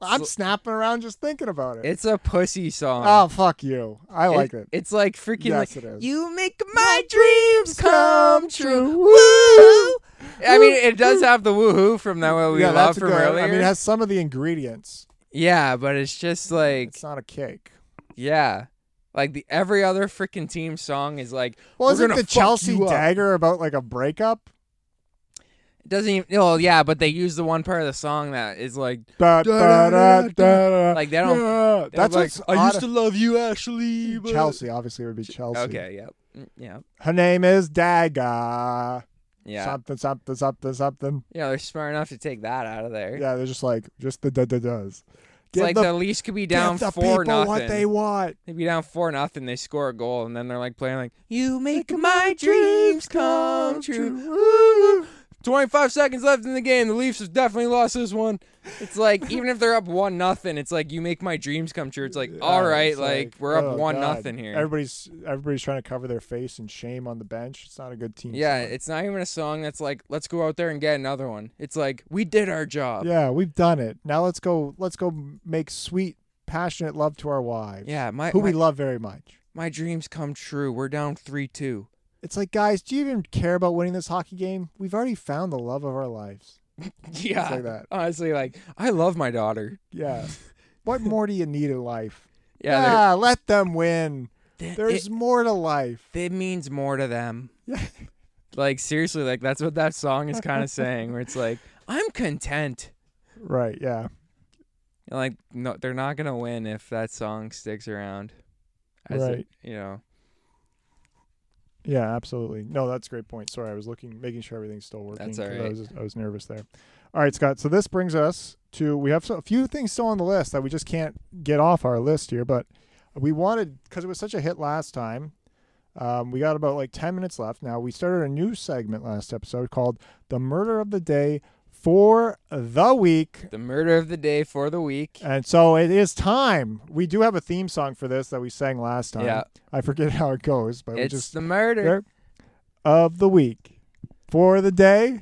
S2: I'm
S1: So-
S2: snapping around just thinking about it.
S1: it's a pussy song.
S2: oh fuck you! I
S1: It-
S2: like it.
S1: It's like freaking
S2: Yes,
S1: like
S2: it is.
S1: you make my dreams come true.
S2: Woo!
S1: I mean, it does have the woohoo from that what we
S2: yeah,
S1: love
S2: that's a
S1: from
S2: good.
S1: earlier.
S2: I mean, it has some of the ingredients.
S1: yeah, but it's just like
S2: It's not a cake.
S1: yeah, like the every other freaking team song is like
S2: Well,
S1: We're
S2: isn't
S1: gonna
S2: the
S1: fuck
S2: Chelsea
S1: you up.
S2: dagger about like a breakup?
S1: it doesn't even. Oh yeah, but they use the one part of the song that is like
S2: Da, da, da, da, da.
S1: Like, they don't-
S2: Yeah.
S1: they don't
S2: That's what's
S1: like, I
S2: odd-
S1: used to love you, Ashley. But...
S2: Chelsea. Obviously, it would be Chelsea.
S1: Okay. Yep. mm, Yeah.
S2: Her name is Dagger.
S1: Yeah.
S2: Something, something, something, something.
S1: Yeah. They're smart enough to take that out of there.
S2: Yeah, they're just like just the da da does.
S1: It's like the, Leafs could be down
S2: give the
S1: four
S2: people
S1: nothing.
S2: what they want.
S1: They be down four nothing. They score a goal, and then they're like playing like "You make
S2: Make
S1: my dreams come true."
S2: true.
S1: Twenty five seconds left in the game. The Leafs have definitely lost this one. It's like even if they're up one nothing, it's like "You make my dreams come true." It's like all
S2: Yeah,
S1: right,
S2: it's
S1: like, we're up
S2: oh,
S1: one
S2: God.
S1: nothing here.
S2: Everybody's everybody's trying to cover their face in shame on the bench. It's not a good team.
S1: yeah,
S2: song.
S1: it's not even a song that's like "Let's go out there and get another one." It's like we did our job.
S2: yeah, we've done it. Now let's go. Let's go make sweet, passionate love to our wives.
S1: Yeah, my
S2: who
S1: my,
S2: we love very much.
S1: my dreams come true. We're down three two.
S2: It's like, guys, do you even care about winning this hockey game? We've already found the love of our lives.
S1: Yeah,
S2: like that.
S1: honestly, like I love my daughter.
S2: Yeah. what more do you need in life?
S1: Yeah, they're-
S2: Ah, let them win.
S1: th-
S2: There's
S1: it-
S2: more to life.
S1: it means more to them.
S2: Yeah.
S1: like seriously, like that's what that song is kind of saying, where it's like, I'm content.
S2: Right. Yeah.
S1: And, like no, they're not gonna win if that song sticks around. As a-
S2: Right.
S1: you know.
S2: Yeah, absolutely. No, that's a great point. Sorry, I was looking, making sure everything's still working.
S1: That's
S2: 'cause
S1: all
S2: I
S1: right.
S2: was, I was nervous there. All right, Scott. So this brings us to we have so- a few things still on the list that we just can't get off our list here, but we wanted because it was such a hit last time. Um, we got about like ten minutes left. Now we started a new segment last episode called "The Murder of the Day" for the week.
S1: The murder of the day for the week.
S2: And so it is time. We do have a theme song for this that we sang last time.
S1: Yeah.
S2: I forget how it goes, but we
S1: it's
S2: just
S1: the murder.
S2: There- of the week for the day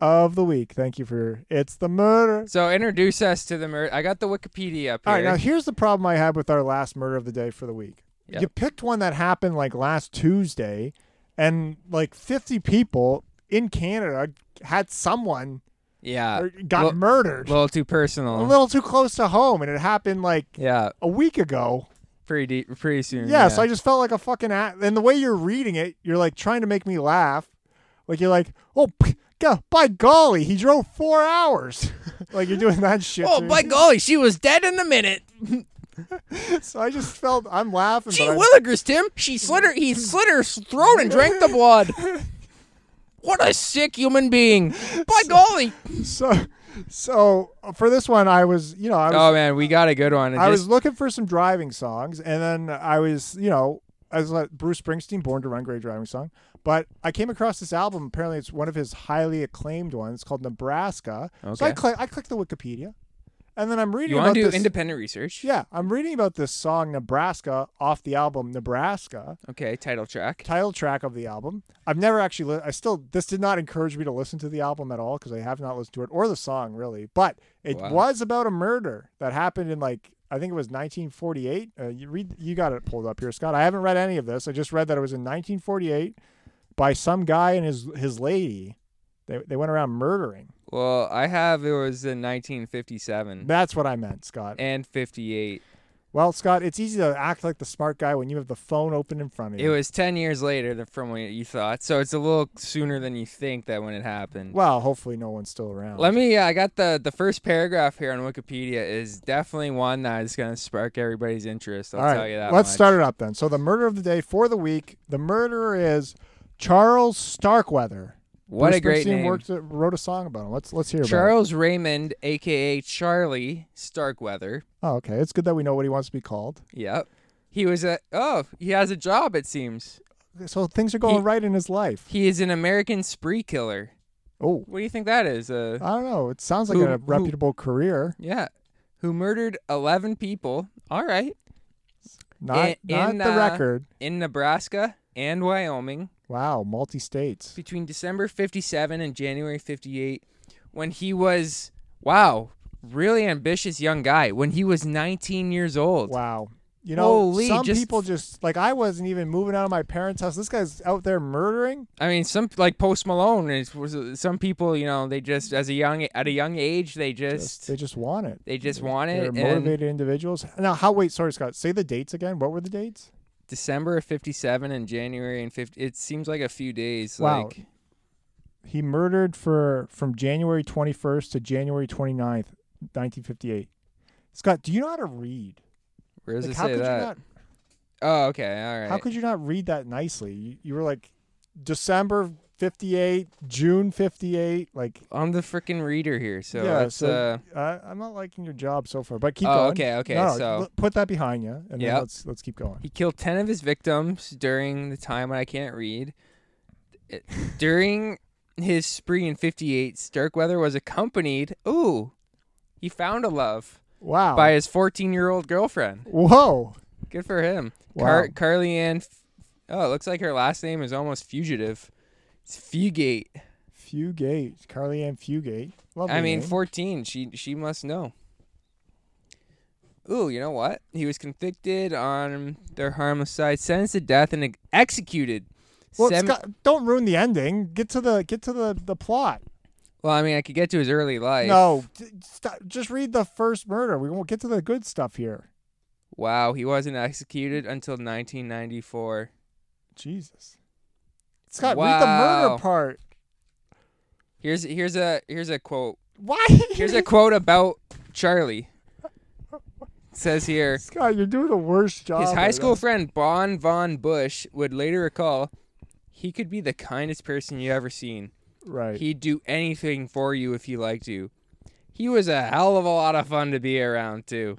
S2: of the week. Thank you for it's the murder.
S1: So introduce us to the murder. I got the Wikipedia up
S2: All
S1: here.
S2: right, now here's the problem I had with our last murder of the day for the week.
S1: Yep.
S2: You picked one that happened like last Tuesday, and like 50 people in Canada had someone
S1: yeah.
S2: or got
S1: Uh, well- A
S2: murdered.
S1: little too personal.
S2: a little too close to home, and it happened like
S1: yeah.
S2: a week ago.
S1: Pretty deep. Pretty soon.
S2: Yeah, so I just felt like a fucking a And the way you're reading it, you're like trying to make me laugh. Like you're like, oh, p- go- by golly, he drove four hours. like you're doing that shit.
S1: oh
S2: to
S1: by
S2: me.
S1: golly, she was dead in a minute.
S2: So I just felt I'm laughing.
S1: She
S2: but I'm-
S1: Willigers, Tim. She slit her. He slit her throat and drank the blood. What a sick human being! By golly!
S2: so, so for this one, I was, you know, I was,
S1: Oh man, we got a good one. It
S2: I was
S1: just-
S2: looking for some driving songs, and then I was, you know, I was like Bruce Springsteen, "Born to Run," great driving song. But I came across this album. Apparently, it's one of his highly acclaimed ones called Nebraska. So I,
S1: Okay.
S2: cli- I clicked the Wikipedia, And then I'm reading
S1: You
S2: about
S1: want to do
S2: this.
S1: independent research?
S2: yeah, I'm reading about this song Nebraska off the album Nebraska,
S1: Okay, title track.
S2: title track of the album. I've never actually li- I still this did not encourage me to listen to the album at all because I have not listened to it or the song really. But it
S1: Wow.
S2: was about a murder that happened in like I think it was 1948. Uh, you read you got it pulled up here, Scott. I haven't read any of this. I just read that it was in 1948 by some guy and his his lady. They they went around murdering.
S1: Well, I have it was in 1957
S2: That's what I meant, Scott.
S1: Mm. and 58.
S2: Well, Scott, it's easy to act like the smart guy when you have the phone open in front of
S1: It
S2: you.
S1: was 10 years later than from what you thought, so it's a little sooner than you think that when it happened.
S2: well, hopefully no one's still around.
S1: Let me. uh, I got the the first paragraph here on Wikipedia is definitely one that is going to spark everybody's interest. I'll
S2: All right,
S1: tell you that.
S2: let's
S1: much.
S2: start it up then. So the murder of the day for the week. The murderer is Charles Starkweather.
S1: What
S2: Bruce
S1: a great
S2: Springsteen
S1: name,
S2: worked- uh, wrote a song about him. Let's let's hear about.
S1: Charles Raymond, aka Charlie Starkweather.
S2: It. Oh, okay. It's good that we know what he wants to be called.
S1: Yep. He was a. Oh, he has a job. It seems
S2: So things are going
S1: He-
S2: right in his life.
S1: he is an American spree killer.
S2: Oh,
S1: What do you think that is? Uh,
S2: I don't know. It sounds like
S1: Who-
S2: a
S1: who-
S2: reputable career.
S1: yeah. Who murdered 11 people? All right.
S2: Not
S1: In-
S2: not
S1: in,
S2: the
S1: uh,
S2: record.
S1: In Nebraska and Wyoming.
S2: Wow, multi states.
S1: between December 57 and January 58 when he was wow, really ambitious young guy when he was 19 years old.
S2: Wow. You know,
S1: Holy,
S2: some
S1: just-
S2: people just like I wasn't even moving out of my parents' house. This guy's out there murdering.
S1: I mean some like Post Malone is was some people, you know, they just as a young at a young age they just,
S2: they just want it.
S1: they just want
S2: They're
S1: it and
S2: motivated individuals. Now, how? Wait, sorry, Scott. Say the dates again. What were the dates?
S1: December of 57 and January and 50 it seems like a few days
S2: Wow.
S1: like
S2: He murdered for from January 21st to January 29th, 1958. Scott, do you know how to read?
S1: where does
S2: Like,
S1: it
S2: how
S1: say
S2: could
S1: that?
S2: you not?
S1: oh, okay. All right.
S2: How could you not read that nicely? You, you were like December 58, June 58. Like,
S1: I'm the freaking reader here. So
S2: yeah.
S1: let's
S2: so
S1: uh
S2: uh, I'm not liking your job so far, but keep
S1: Oh,
S2: going.
S1: okay, okay,
S2: No, no,
S1: so-
S2: l- put that behind you, and then
S1: Yep.
S2: let's let's keep going.
S1: He killed 10 of his victims during the time when I can't read. It- During his spree in 58, Starkweather was accompanied, ooh, he found a love
S2: Wow.
S1: by his 14 year old girlfriend.
S2: Whoa.
S1: Good for him.
S2: Wow.
S1: Car- Carly Ann, F- oh, it looks like her last name is almost fugitive. It's Fugate.
S2: Fugate, Carly Ann Fugate. Lovely
S1: I mean,
S2: name.
S1: 14. She she must know. Ooh, you know what? He was convicted on their homicide, sentenced to death, and ex- executed.
S2: Well,
S1: Seven-
S2: Scott, don't ruin the ending. Get to the get to the the plot.
S1: well, I mean, I could get to his early life.
S2: No, d- stop, just read the first murder. We won't get to the good stuff here.
S1: Wow, he wasn't executed until 1994.
S2: Jesus, Scott, read the
S1: Wow.
S2: murder part.
S1: Here's here's a here's a quote.
S2: Why?
S1: Here's a quote about Charlie. It says here.
S2: Scott, you're doing the worst job.
S1: His high
S2: right
S1: school
S2: now.
S1: friend Bon Von Bush would later recall, he could be the kindest person you ever seen.
S2: right?
S1: He'd do anything for you if he liked you. He was a hell of a lot of fun to be around too.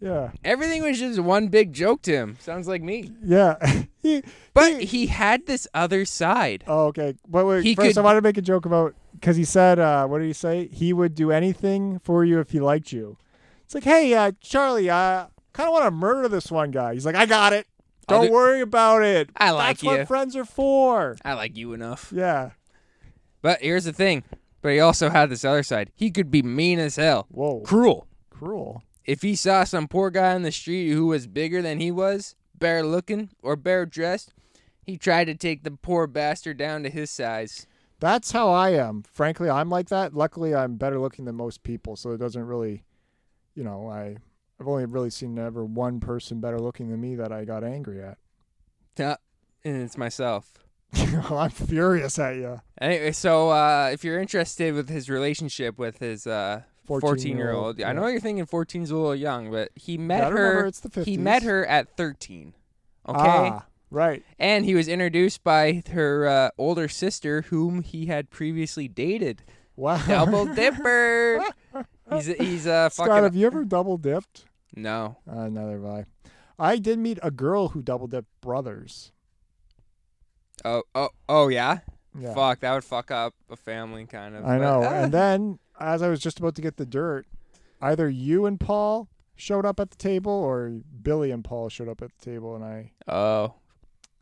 S2: yeah,
S1: Everything was just one big joke to him. Sounds like me.
S2: yeah. he,
S1: But he had this other side.
S2: oh, okay. But wait,
S1: He
S2: first
S1: could-
S2: I want to make a joke about because he said, uh, what did he say? He would do anything for you if he liked you. It's like, hey, uh, Charlie, I kind of want to murder this one guy. He's like, I got it.
S1: I'll
S2: Don't
S1: do-
S2: worry about it.
S1: I like
S2: That's what
S1: you.
S2: friends are for.
S1: I like you enough.
S2: Yeah.
S1: But here's the thing. But he also had this other side. He could be mean as hell,
S2: Whoa.
S1: cruel.
S2: Cruel.
S1: If he saw some poor guy on the street who was bigger than he was, bare looking or bare dressed, he tried to take the poor bastard down to his size.
S2: That's how I am. Frankly, I'm like that. Luckily, I'm better looking than most people, so it doesn't really, you know, I I've only really seen ever one person better looking than me that I got angry at.
S1: Uh, And it's myself.
S2: I'm furious at you.
S1: Anyway, so uh, if you're interested with his relationship with his uh, 14 year
S2: 14-year-old,
S1: old, I know you're thinking 14 is a little young, but he met
S2: Gotta remember,
S1: her.
S2: it's the 50s.
S1: He met her at 13. Okay,
S2: Ah, right.
S1: and he was introduced by her uh, older sister, whom he had previously dated.
S2: Wow.
S1: Double dipper. He's a, he's a fucking
S2: Scott, have you ever double dipped?
S1: no.
S2: Uh, neither have I. I did meet a girl who double dipped brothers.
S1: Oh oh oh yeah?
S2: Yeah.
S1: Fuck, that would fuck up a family kind of.
S2: I
S1: but-
S2: know.
S1: Ah.
S2: and then, as I was just about to get the dirt, either you and Paul showed up at the table or Billy and Paul showed up at the table and I
S1: Oh,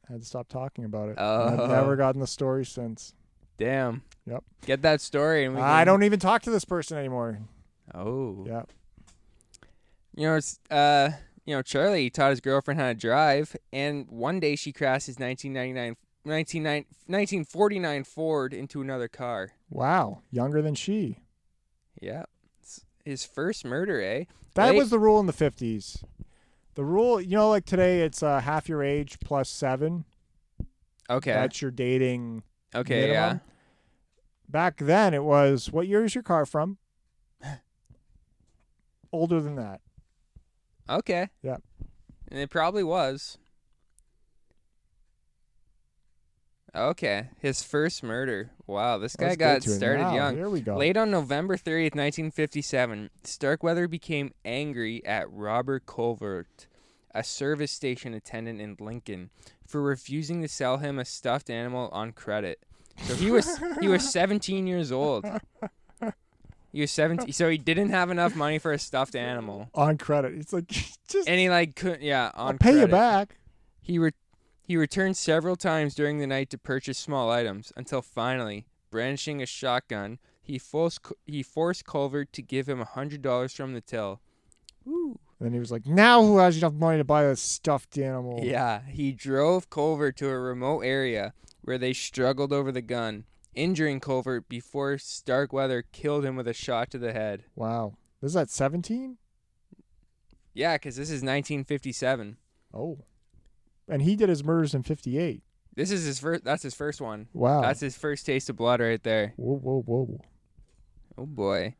S2: had to stop talking about it. And
S1: Oh.
S2: I've never gotten the story since.
S1: damn.
S2: Yep.
S1: Get that story, and we.
S2: I
S1: can-
S2: don't even talk to this person anymore.
S1: Oh.
S2: Yeah.
S1: You know, it's uh, you know, Charlie taught his girlfriend how to drive, and one day she crashed his 1999, 1999 1949 Ford into another car.
S2: Wow. Younger than she.
S1: Yeah. It's his first murder, eh?
S2: That
S1: Wait.
S2: was the rule in the 50s. The rule, you know, like today it's uh, half your age plus seven.
S1: Okay.
S2: That's your dating.
S1: okay.
S2: minimum. Back then it was, what year is your car from? Older than that.
S1: Yeah. Okay.
S2: Yeah.
S1: And it probably was. Okay, his first murder. Wow, this guy
S2: Let's
S1: got
S2: get to it
S1: started
S2: now.
S1: young.
S2: Here we go.
S1: Late on November 30th, 1957, Starkweather became angry at Robert Colvert, a service station attendant in Lincoln, for refusing to sell him a stuffed animal on credit. So he was he was 17 years old. He was 17, so he didn't have enough money for a stuffed animal,
S2: On credit. It's like, just
S1: and he like couldn't. Yeah, on
S2: I'll pay you
S1: credit.
S2: back.
S1: He re- he returned several times during the night to purchase small items until finally, brandishing a shotgun, he forced he forced Culver to give him hundred dollars from the till. Ooh.
S2: And then he was like, now who has enough money to buy a stuffed animal?
S1: Yeah, he drove Culver to a remote area where they struggled over the gun, injuring Culver before Starkweather killed him with a shot to the head.
S2: Wow. This is at 17?
S1: Yeah, 'cause this is 1957.
S2: Oh. And he did his murders in 58.
S1: This is his first. That's his first one.
S2: Wow.
S1: That's his first taste of blood right there.
S2: whoa, whoa, whoa.
S1: Oh boy.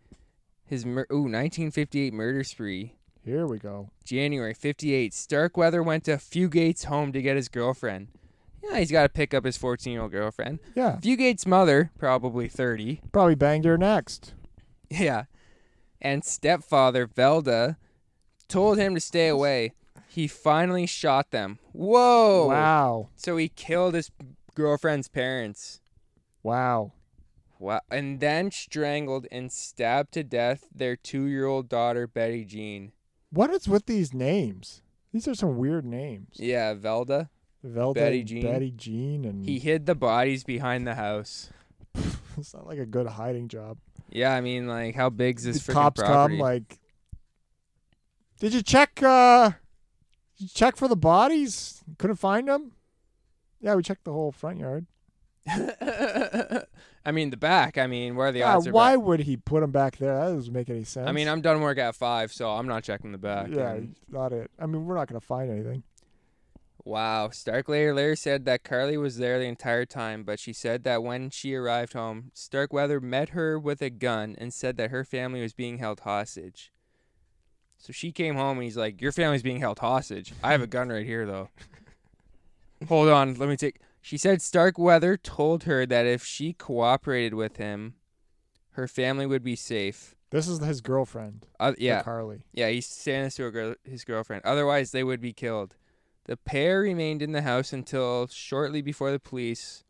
S1: His mur- ooh, 1958 murder spree.
S2: Here we go.
S1: January 58. Starkweather went to Fugate's home to get his girlfriend. Yeah, he's got to pick up his 14-year-old girlfriend.
S2: Yeah.
S1: Fugate's mother, probably 30.
S2: Probably banged her next.
S1: Yeah. And stepfather Velda told him to stay away. He finally shot them. Whoa.
S2: Wow.
S1: So he killed his girlfriend's parents.
S2: Wow.
S1: Wow. And then strangled and stabbed to death their 2-year-old daughter Betty Jean.
S2: What is with these names? These are some weird names.
S1: Yeah, Velda.
S2: Velda,
S1: Betty Jean.
S2: Betty Jean, and
S1: He hid the bodies behind the house.
S2: it's not like a good hiding job.
S1: Yeah, I mean, like, how big's this
S2: The
S1: freaking
S2: cops
S1: property?
S2: come like, did you check? uh did you check for the bodies? Couldn't find them. Yeah, we checked the whole front yard.
S1: I mean, the back. I mean, where the
S2: yeah,
S1: odds are.
S2: why
S1: back.
S2: would he put them back there? That doesn't make any sense.
S1: I mean, I'm done work at five, so I'm not checking the back.
S2: yeah,
S1: and-
S2: not it. I mean, we're not gonna find anything.
S1: Wow. Starkweather later said that Carly was there the entire time, but she said that when she arrived home, Starkweather met her with a gun and said that her family was being held hostage. So she came home and he's like, "Your family's being held hostage. I have a gun right here, though. Hold on, let me take." She said Starkweather told her that if she cooperated with him, her family would be safe.
S2: This is his girlfriend.
S1: Uh,
S2: the
S1: yeah,
S2: Carly.
S1: yeah, he's saying this to a girl, his girlfriend. Otherwise, they would be killed. The pair remained in the house until shortly before the police,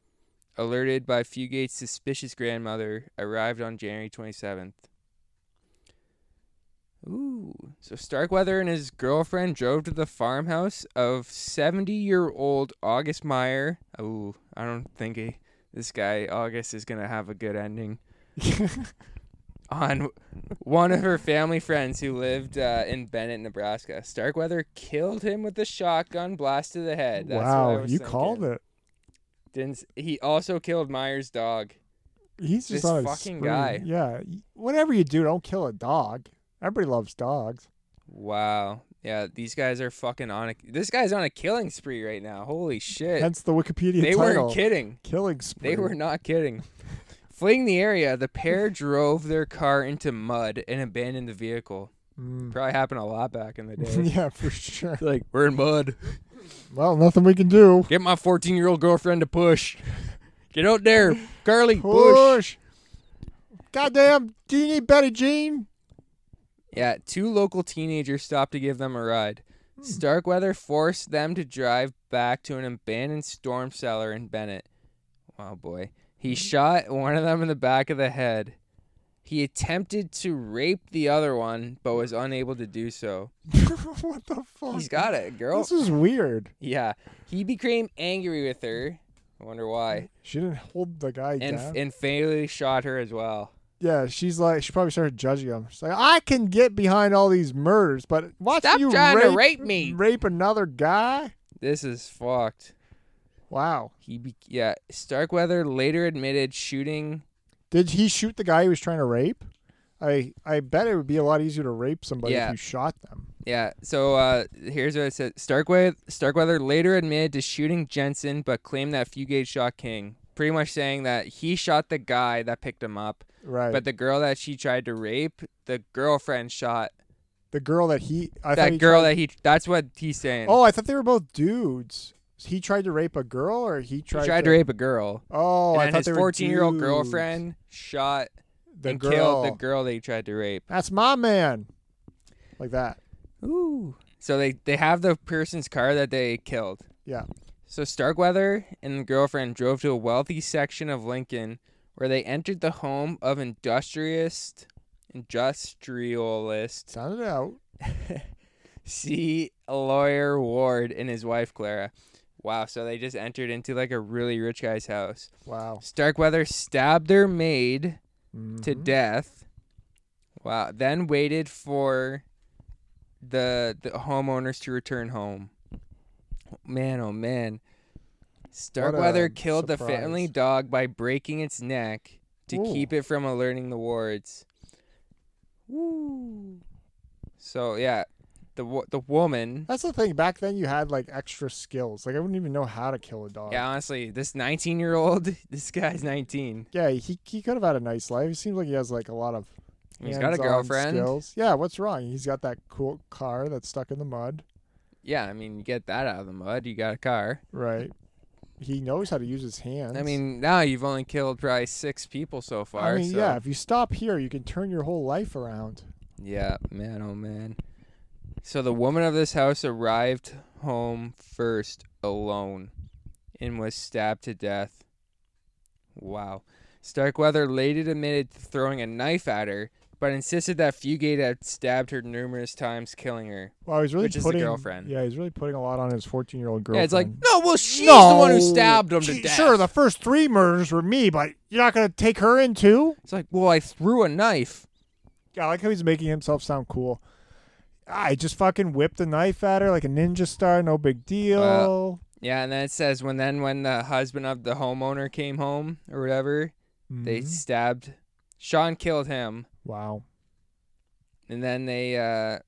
S1: alerted by Fugate's suspicious grandmother, arrived on January 27th. Ooh. So Starkweather and his girlfriend drove to the farmhouse of 70 year old August Meyer. Ooh, I don't think he, this guy, August, is going to have a good ending on one of her family friends who lived uh, in Bennett, Nebraska. Starkweather killed him with a shotgun blast to the head. That's what I
S2: wow,
S1: was
S2: you
S1: thinking.
S2: called it.
S1: Didn't s- he also killed Meyer's dog?
S2: He's just
S1: This
S2: on a
S1: fucking
S2: spree.
S1: guy.
S2: Yeah. y- Whatever you do, don't kill a dog. Everybody loves dogs.
S1: Wow. Yeah, these guys are fucking on a. This guy's on a killing spree right now. Holy shit.
S2: Hence the Wikipedia
S1: they
S2: title.
S1: weren't kidding.
S2: Killing spree.
S1: They were not kidding. Fleeing the area, the pair drove their car into mud and abandoned the vehicle.
S2: Mm.
S1: Probably happened a lot back in the day.
S2: yeah, for sure.
S1: like, we're in mud.
S2: Well, nothing we can do.
S1: Get my 14 year old girlfriend to push. Get out there, Carly. Push.
S2: Push. Goddamn. Do you need Betty Jean?
S1: Yeah, two local teenagers stopped to give them a ride. Starkweather forced them to drive back to an abandoned storm cellar in Bennett. Oh boy. He shot one of them in the back of the head. He attempted to rape the other one, but was unable to do so.
S2: what the fuck?
S1: He's got it, girl.
S2: This is weird.
S1: Yeah. He became angry with her. I wonder why.
S2: She didn't hold the guy
S1: And
S2: down.
S1: and fatally shot her as well.
S2: yeah, she's like she probably started judging him. She's like, I can get behind all these murders, but watch
S1: Stop
S2: you
S1: trying
S2: rape,
S1: to rape me.
S2: rape another guy.
S1: This is fucked.
S2: Wow.
S1: He be- yeah, Starkweather later admitted shooting.
S2: Did he shoot the guy he was trying to rape? I I bet it would be a lot easier to rape somebody
S1: Yeah.
S2: if you shot them.
S1: Yeah, so uh, here's what it said. Starkweather, Starkweather later admitted to shooting Jensen, but claimed that Fugate shot King. Pretty much saying that he shot the guy that picked him up,
S2: Right.
S1: but the girl that she tried to rape, the girlfriend shot
S2: the girl that he I thought
S1: that
S2: he
S1: girl
S2: tried-
S1: that he. That's what he's saying.
S2: Oh, I thought they were both dudes. He tried to rape a girl or he
S1: he
S2: tried,
S1: tried to rape a girl.
S2: Oh,
S1: and
S2: I
S1: then
S2: thought
S1: his
S2: they were
S1: 14 year old
S2: dudes.
S1: girlfriend shot
S2: the
S1: and
S2: girl.
S1: killed the girl they tried to rape.
S2: That's my man. Like that.
S1: Ooh. So they, they have the person's car that they killed.
S2: Yeah.
S1: So Starkweather and the girlfriend drove to a wealthy section of Lincoln where they entered the home of industrialist industrialist
S2: Sounded out.
S1: C lawyer Ward and his wife Clara. Wow, so they just entered into like a really rich guy's house.
S2: Wow.
S1: Starkweather stabbed their maid to
S2: Mhm.
S1: death. Wow. Then waited for the the homeowners to return home. Man, oh man. Starkweather killed the family
S2: surprise.
S1: dog by breaking its neck to
S2: Ooh.
S1: keep it from alerting the wards.
S2: Mm-hmm.
S1: Woo. So yeah, the wo- the woman.
S2: That's the thing. Back then, you had like extra skills. Like I wouldn't even know how to kill a dog.
S1: Yeah, honestly, this 19 year old, this guy's 19.
S2: Yeah, he, he could have had a nice life. He seems like he has like a lot of
S1: He's got a
S2: hands-on
S1: girlfriend.
S2: Skills. Yeah, what's wrong? He's got that cool car that's stuck in the mud.
S1: Yeah, I mean, you get that out of the mud. You got a car.
S2: Right. He knows how to use his hands.
S1: I mean, now you've only killed probably six people so far.
S2: I mean,
S1: so.
S2: yeah. If you stop here, you can turn your whole life around.
S1: Yeah, man, oh man. So the woman of this house arrived home first alone and was stabbed to death. Wow. Starkweather later admitted to throwing a knife at her, but insisted that Fugate had stabbed her numerous times, killing her.
S2: Wow, he's really
S1: Which is the
S2: putting.
S1: girlfriend.
S2: Yeah, he's really putting a lot on his fourteen-year-old girlfriend.
S1: Yeah, it's like, no, well, she's the one who stabbed him to
S2: She-
S1: death.
S2: Sure, the first three murders were me, but you're not gonna take her in too.
S1: it's like, well, I threw a knife.
S2: Yeah, I like how he's making himself sound cool. I just fucking whipped a knife at her like a ninja star, no big deal.
S1: Yeah, and then it says when then when the husband of the homeowner came home or whatever, they
S2: Mhm.
S1: stabbed Sean killed him
S2: wow.
S1: and then they uh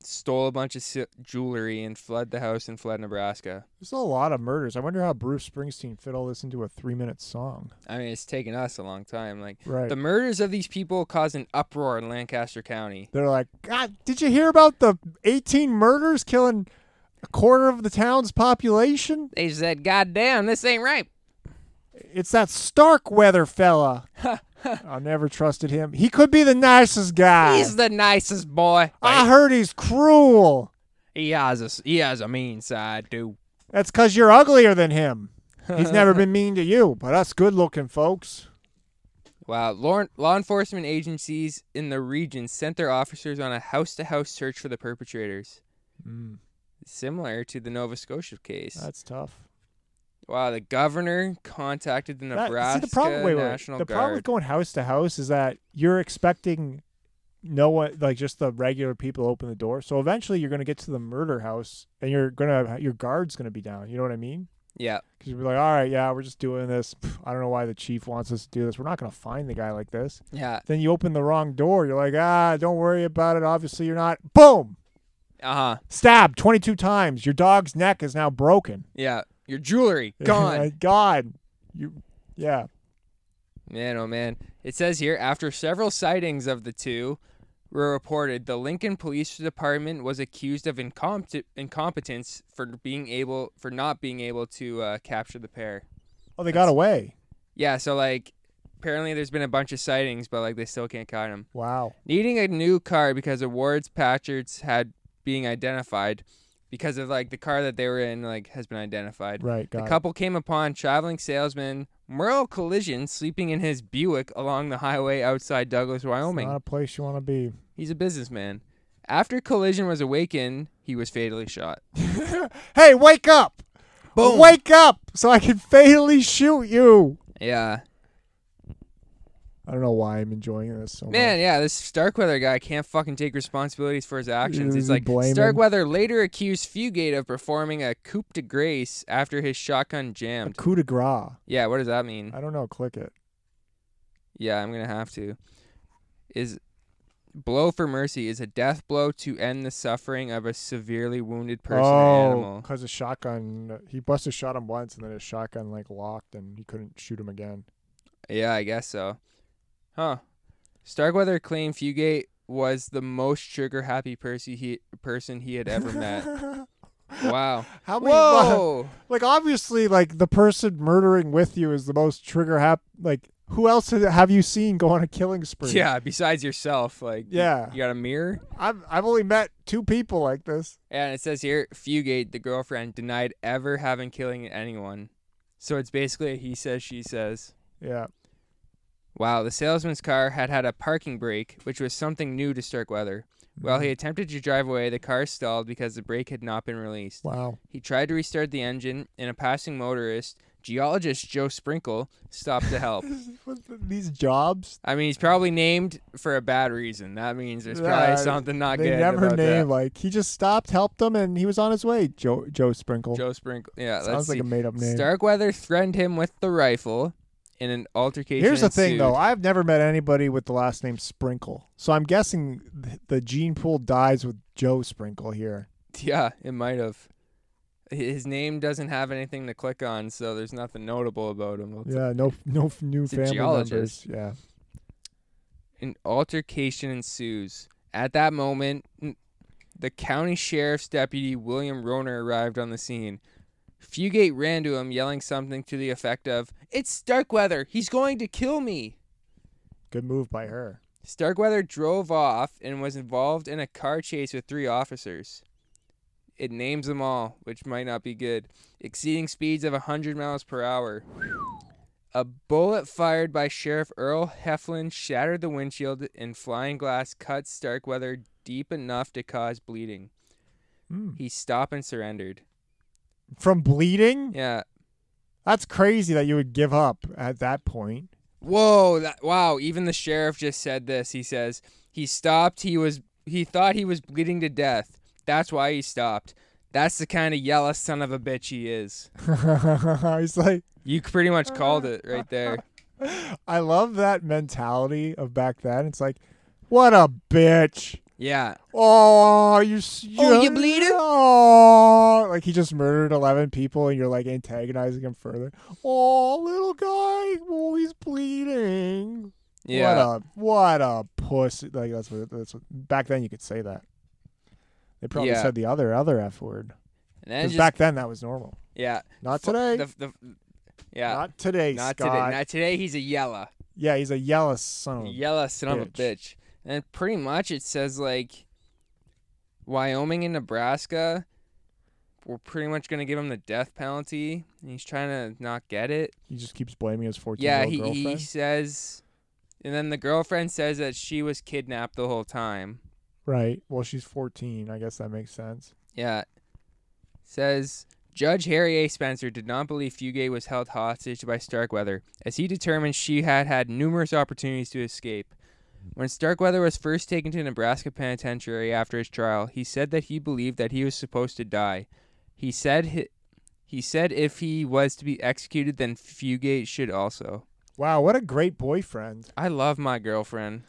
S1: stole a bunch of si- jewelry and fled the house and fled Nebraska.
S2: There's a lot of murders. I wonder how Bruce Springsteen fit all this into a three-minute song.
S1: I mean, it's taken us a long time like
S2: Right.
S1: the murders of these people caused an uproar in Lancaster County.
S2: They're like, God, did you hear about the 18 murders killing a quarter of the town's population?
S1: They said, "God damn, this ain't right."
S2: It's that Starkweather fella. I never trusted him. He could be the nicest guy.
S1: He's the nicest boy.
S2: I heard he's cruel.
S1: He has a s- he has a mean side too.
S2: That's because you're uglier than him. He's never been mean to you, but us good looking folks.
S1: Wow. Law, law enforcement agencies in the region sent their officers on a house to house search for the perpetrators, similar to the Nova Scotia case.
S2: Mm, that's tough.
S1: wow. The governor contacted the
S2: That-
S1: Nebraska
S2: see, the problem, wait, wait, wait.
S1: National
S2: the problem with
S1: Guard.
S2: going house to house is that you're expecting no one, like just the regular people, open the door. So eventually, you're going to get to the murder house, and you're gonna your guard's going to be down. You know what I mean?
S1: yeah.
S2: Because you'll be like, all right, yeah, we're just doing this. Pff, I don't know why the chief wants us to do this. We're not going to find the guy like this.
S1: Yeah.
S2: Then you open the wrong door. You're like, ah, don't worry about it. Obviously, you're not. Boom!
S1: Uh huh.
S2: Stabbed 22 times. Your dog's neck is now broken.
S1: Yeah. Your jewelry gone.
S2: God. You, yeah.
S1: Man, oh man. It says here after several sightings of the two were reported, the Lincoln Police Department was accused of incompet- incompetence for being able for not being able to uh, capture the pair.
S2: Oh, they got away.
S1: Yeah, so like apparently there's been a bunch of sightings, but like they still can't catch him.
S2: Wow.
S1: Needing a new car because awards Patchards had being identified, because of like the car that they were in like has been identified.
S2: Right.
S1: The
S2: Got it.
S1: couple came upon traveling salesman Merle Collision sleeping in his Buick along the highway outside Douglas,
S2: It's
S1: Wyoming.
S2: Not a place you want to be.
S1: He's a businessman. After Collision was awakened, he was fatally shot.
S2: hey, wake up!
S1: Boom.
S2: Wake up so I can fatally shoot you.
S1: Yeah.
S2: I don't know why I'm enjoying this so
S1: Man, yeah, this Starkweather guy can't fucking take responsibilities for his actions.
S2: Is
S1: He's
S2: he
S1: like
S2: blaming-
S1: Starkweather later accused Fugate of performing a coup de grace after his shotgun
S2: much. A
S1: jammed.
S2: coup de grace.
S1: Yeah, what does that mean?
S2: I don't know. Click it.
S1: Yeah, I'm gonna have to. Is blow for mercy is a death blow to end the suffering of a severely wounded person or
S2: oh,
S1: animal.
S2: because his shotgun. He busted shot him once, and then his shotgun like locked, and he couldn't shoot him again.
S1: Yeah, I guess so. Huh. Starkweather claimed Fugate was the most sugar happy person he person he had ever met. Wow.
S2: How many?
S1: Whoa.
S2: Like obviously, like the person murdering with you is the most trigger hap. Like who else has- have you seen go on a killing spree?
S1: Yeah, besides yourself, like you-
S2: Yeah.
S1: you got a mirror.
S2: I've I've only met two people like this.
S1: And it says here, Fugate, the girlfriend, denied ever having killing anyone. So it's basically he says, she says.
S2: Yeah.
S1: Wow, the salesman's car had had a parking brake, which was something new to Starkweather. While
S2: Mm-hmm.
S1: he attempted to drive away, the car stalled because the brake had not been released.
S2: Wow.
S1: He tried to restart the engine, and a passing motorist, geologist Joe Sprinkle, stopped to help.
S2: With th- these jobs,
S1: I mean, he's probably named for a bad reason. That means there's probably
S2: Yeah,
S1: something not
S2: they
S1: good.
S2: never
S1: about
S2: name like he just stopped, helped them, and he was on his way. Joe Joe Sprinkle
S1: that. Joe Sprinkle. Yeah,
S2: sounds
S1: let's
S2: like
S1: see.
S2: a made up name.
S1: Starkweather threatened him with the rifle, and an altercation.
S2: Here's the thing,
S1: ensued.
S2: though. I've never met anybody with the last name Sprinkle, so I'm guessing th- the gene pool dies with Joe Sprinkle here.
S1: Yeah, it might have. His name doesn't have anything to click on, so there's nothing notable about him. Let's-
S2: Yeah, no, no f- new
S1: It's a
S2: family members.
S1: geologist.
S2: Yeah,
S1: An altercation ensues. At that moment, n- the county sheriff's deputy, William Roner, arrived on the scene. Fugate ran to him, yelling something to the effect of, It's Starkweather! He's going to kill me!
S2: good move by her.
S1: Starkweather drove off and was involved in a car chase with three officers. It names them all, which might not be good, exceeding speeds of 100 miles per hour. A bullet fired by Sheriff Earl Heflin shattered the windshield, and flying glass cut Starkweather deep enough to cause bleeding.
S2: Mm.
S1: He stopped and surrendered.
S2: From bleeding,
S1: Yeah.
S2: that's crazy that you would give up at that point.
S1: Whoa! That, wow! Even the sheriff just said this. He says he stopped. He was he thought he was bleeding to death. That's why he stopped. That's the kind of yellow son of a bitch he is.
S2: He's like,
S1: You pretty much called it right there.
S2: I love that mentality of back then. It's like, what a bitch.
S1: Yeah.
S2: Oh, you. s-
S1: Oh, you bleeding?
S2: Oh, like he just murdered eleven people, and you're like antagonizing him further. Oh, little guy. Oh, he's bleeding.
S1: Yeah.
S2: What a what a pussy. Like that's what that's what. Back then you could say that. They probably
S1: Yeah.
S2: said the other other f word.
S1: And then
S2: Because
S1: just,
S2: back then that was normal.
S1: yeah.
S2: Not
S1: Fu-
S2: today.
S1: The, the, yeah.
S2: Not today,
S1: Not
S2: Scott.
S1: today. Not today. He's a yellow.
S2: yeah, he's a yellow son. of a-
S1: Yellow son of a
S2: Oh, bitch.
S1: bitch. And pretty much it says like Wyoming and Nebraska we're pretty much gonna give him the death penalty. And he's trying to not get it.
S2: He just keeps blaming his fourteen year
S1: Yeah,
S2: old
S1: he,
S2: girlfriend.
S1: he says and then the girlfriend says that she was kidnapped the whole time.
S2: Right. Well, she's fourteen. I guess that makes sense.
S1: Yeah. Says Judge Harry A. Spencer did not believe Fugate was held hostage by Starkweather, as he determined she had had numerous opportunities to escape. When Starkweather was first taken to Nebraska Penitentiary after his trial, he said that he believed that he was supposed to die. He said he, he said if he was to be executed, then Fugate should also.
S2: Wow, what a great boyfriend.
S1: I love my girlfriend.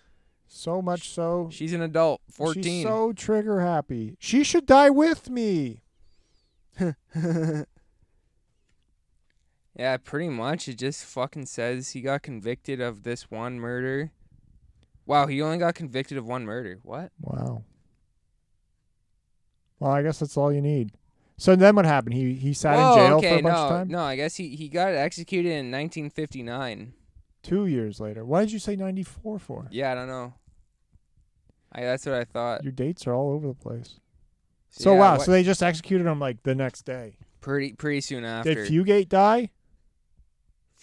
S2: So much so.
S1: She's an adult, fourteen.
S2: She's so trigger happy. She should die with me.
S1: Yeah, pretty much. It just fucking says he got convicted of this one murder. Wow, he only got convicted of one murder. What?
S2: Wow. Well, I guess that's all you need. So then what happened? He he sat
S1: Whoa,
S2: in jail
S1: Oh, okay,
S2: for a bunch
S1: no,
S2: of time?
S1: no. I guess he he got executed in 1959.
S2: Two years later. Why did you say 94 for?
S1: Yeah, I don't know. I that's what I thought.
S2: Your dates are all over the place. So
S1: yeah,
S2: wow,
S1: what-
S2: so they just executed him like the next day.
S1: pretty pretty soon after.
S2: Did Fugate die?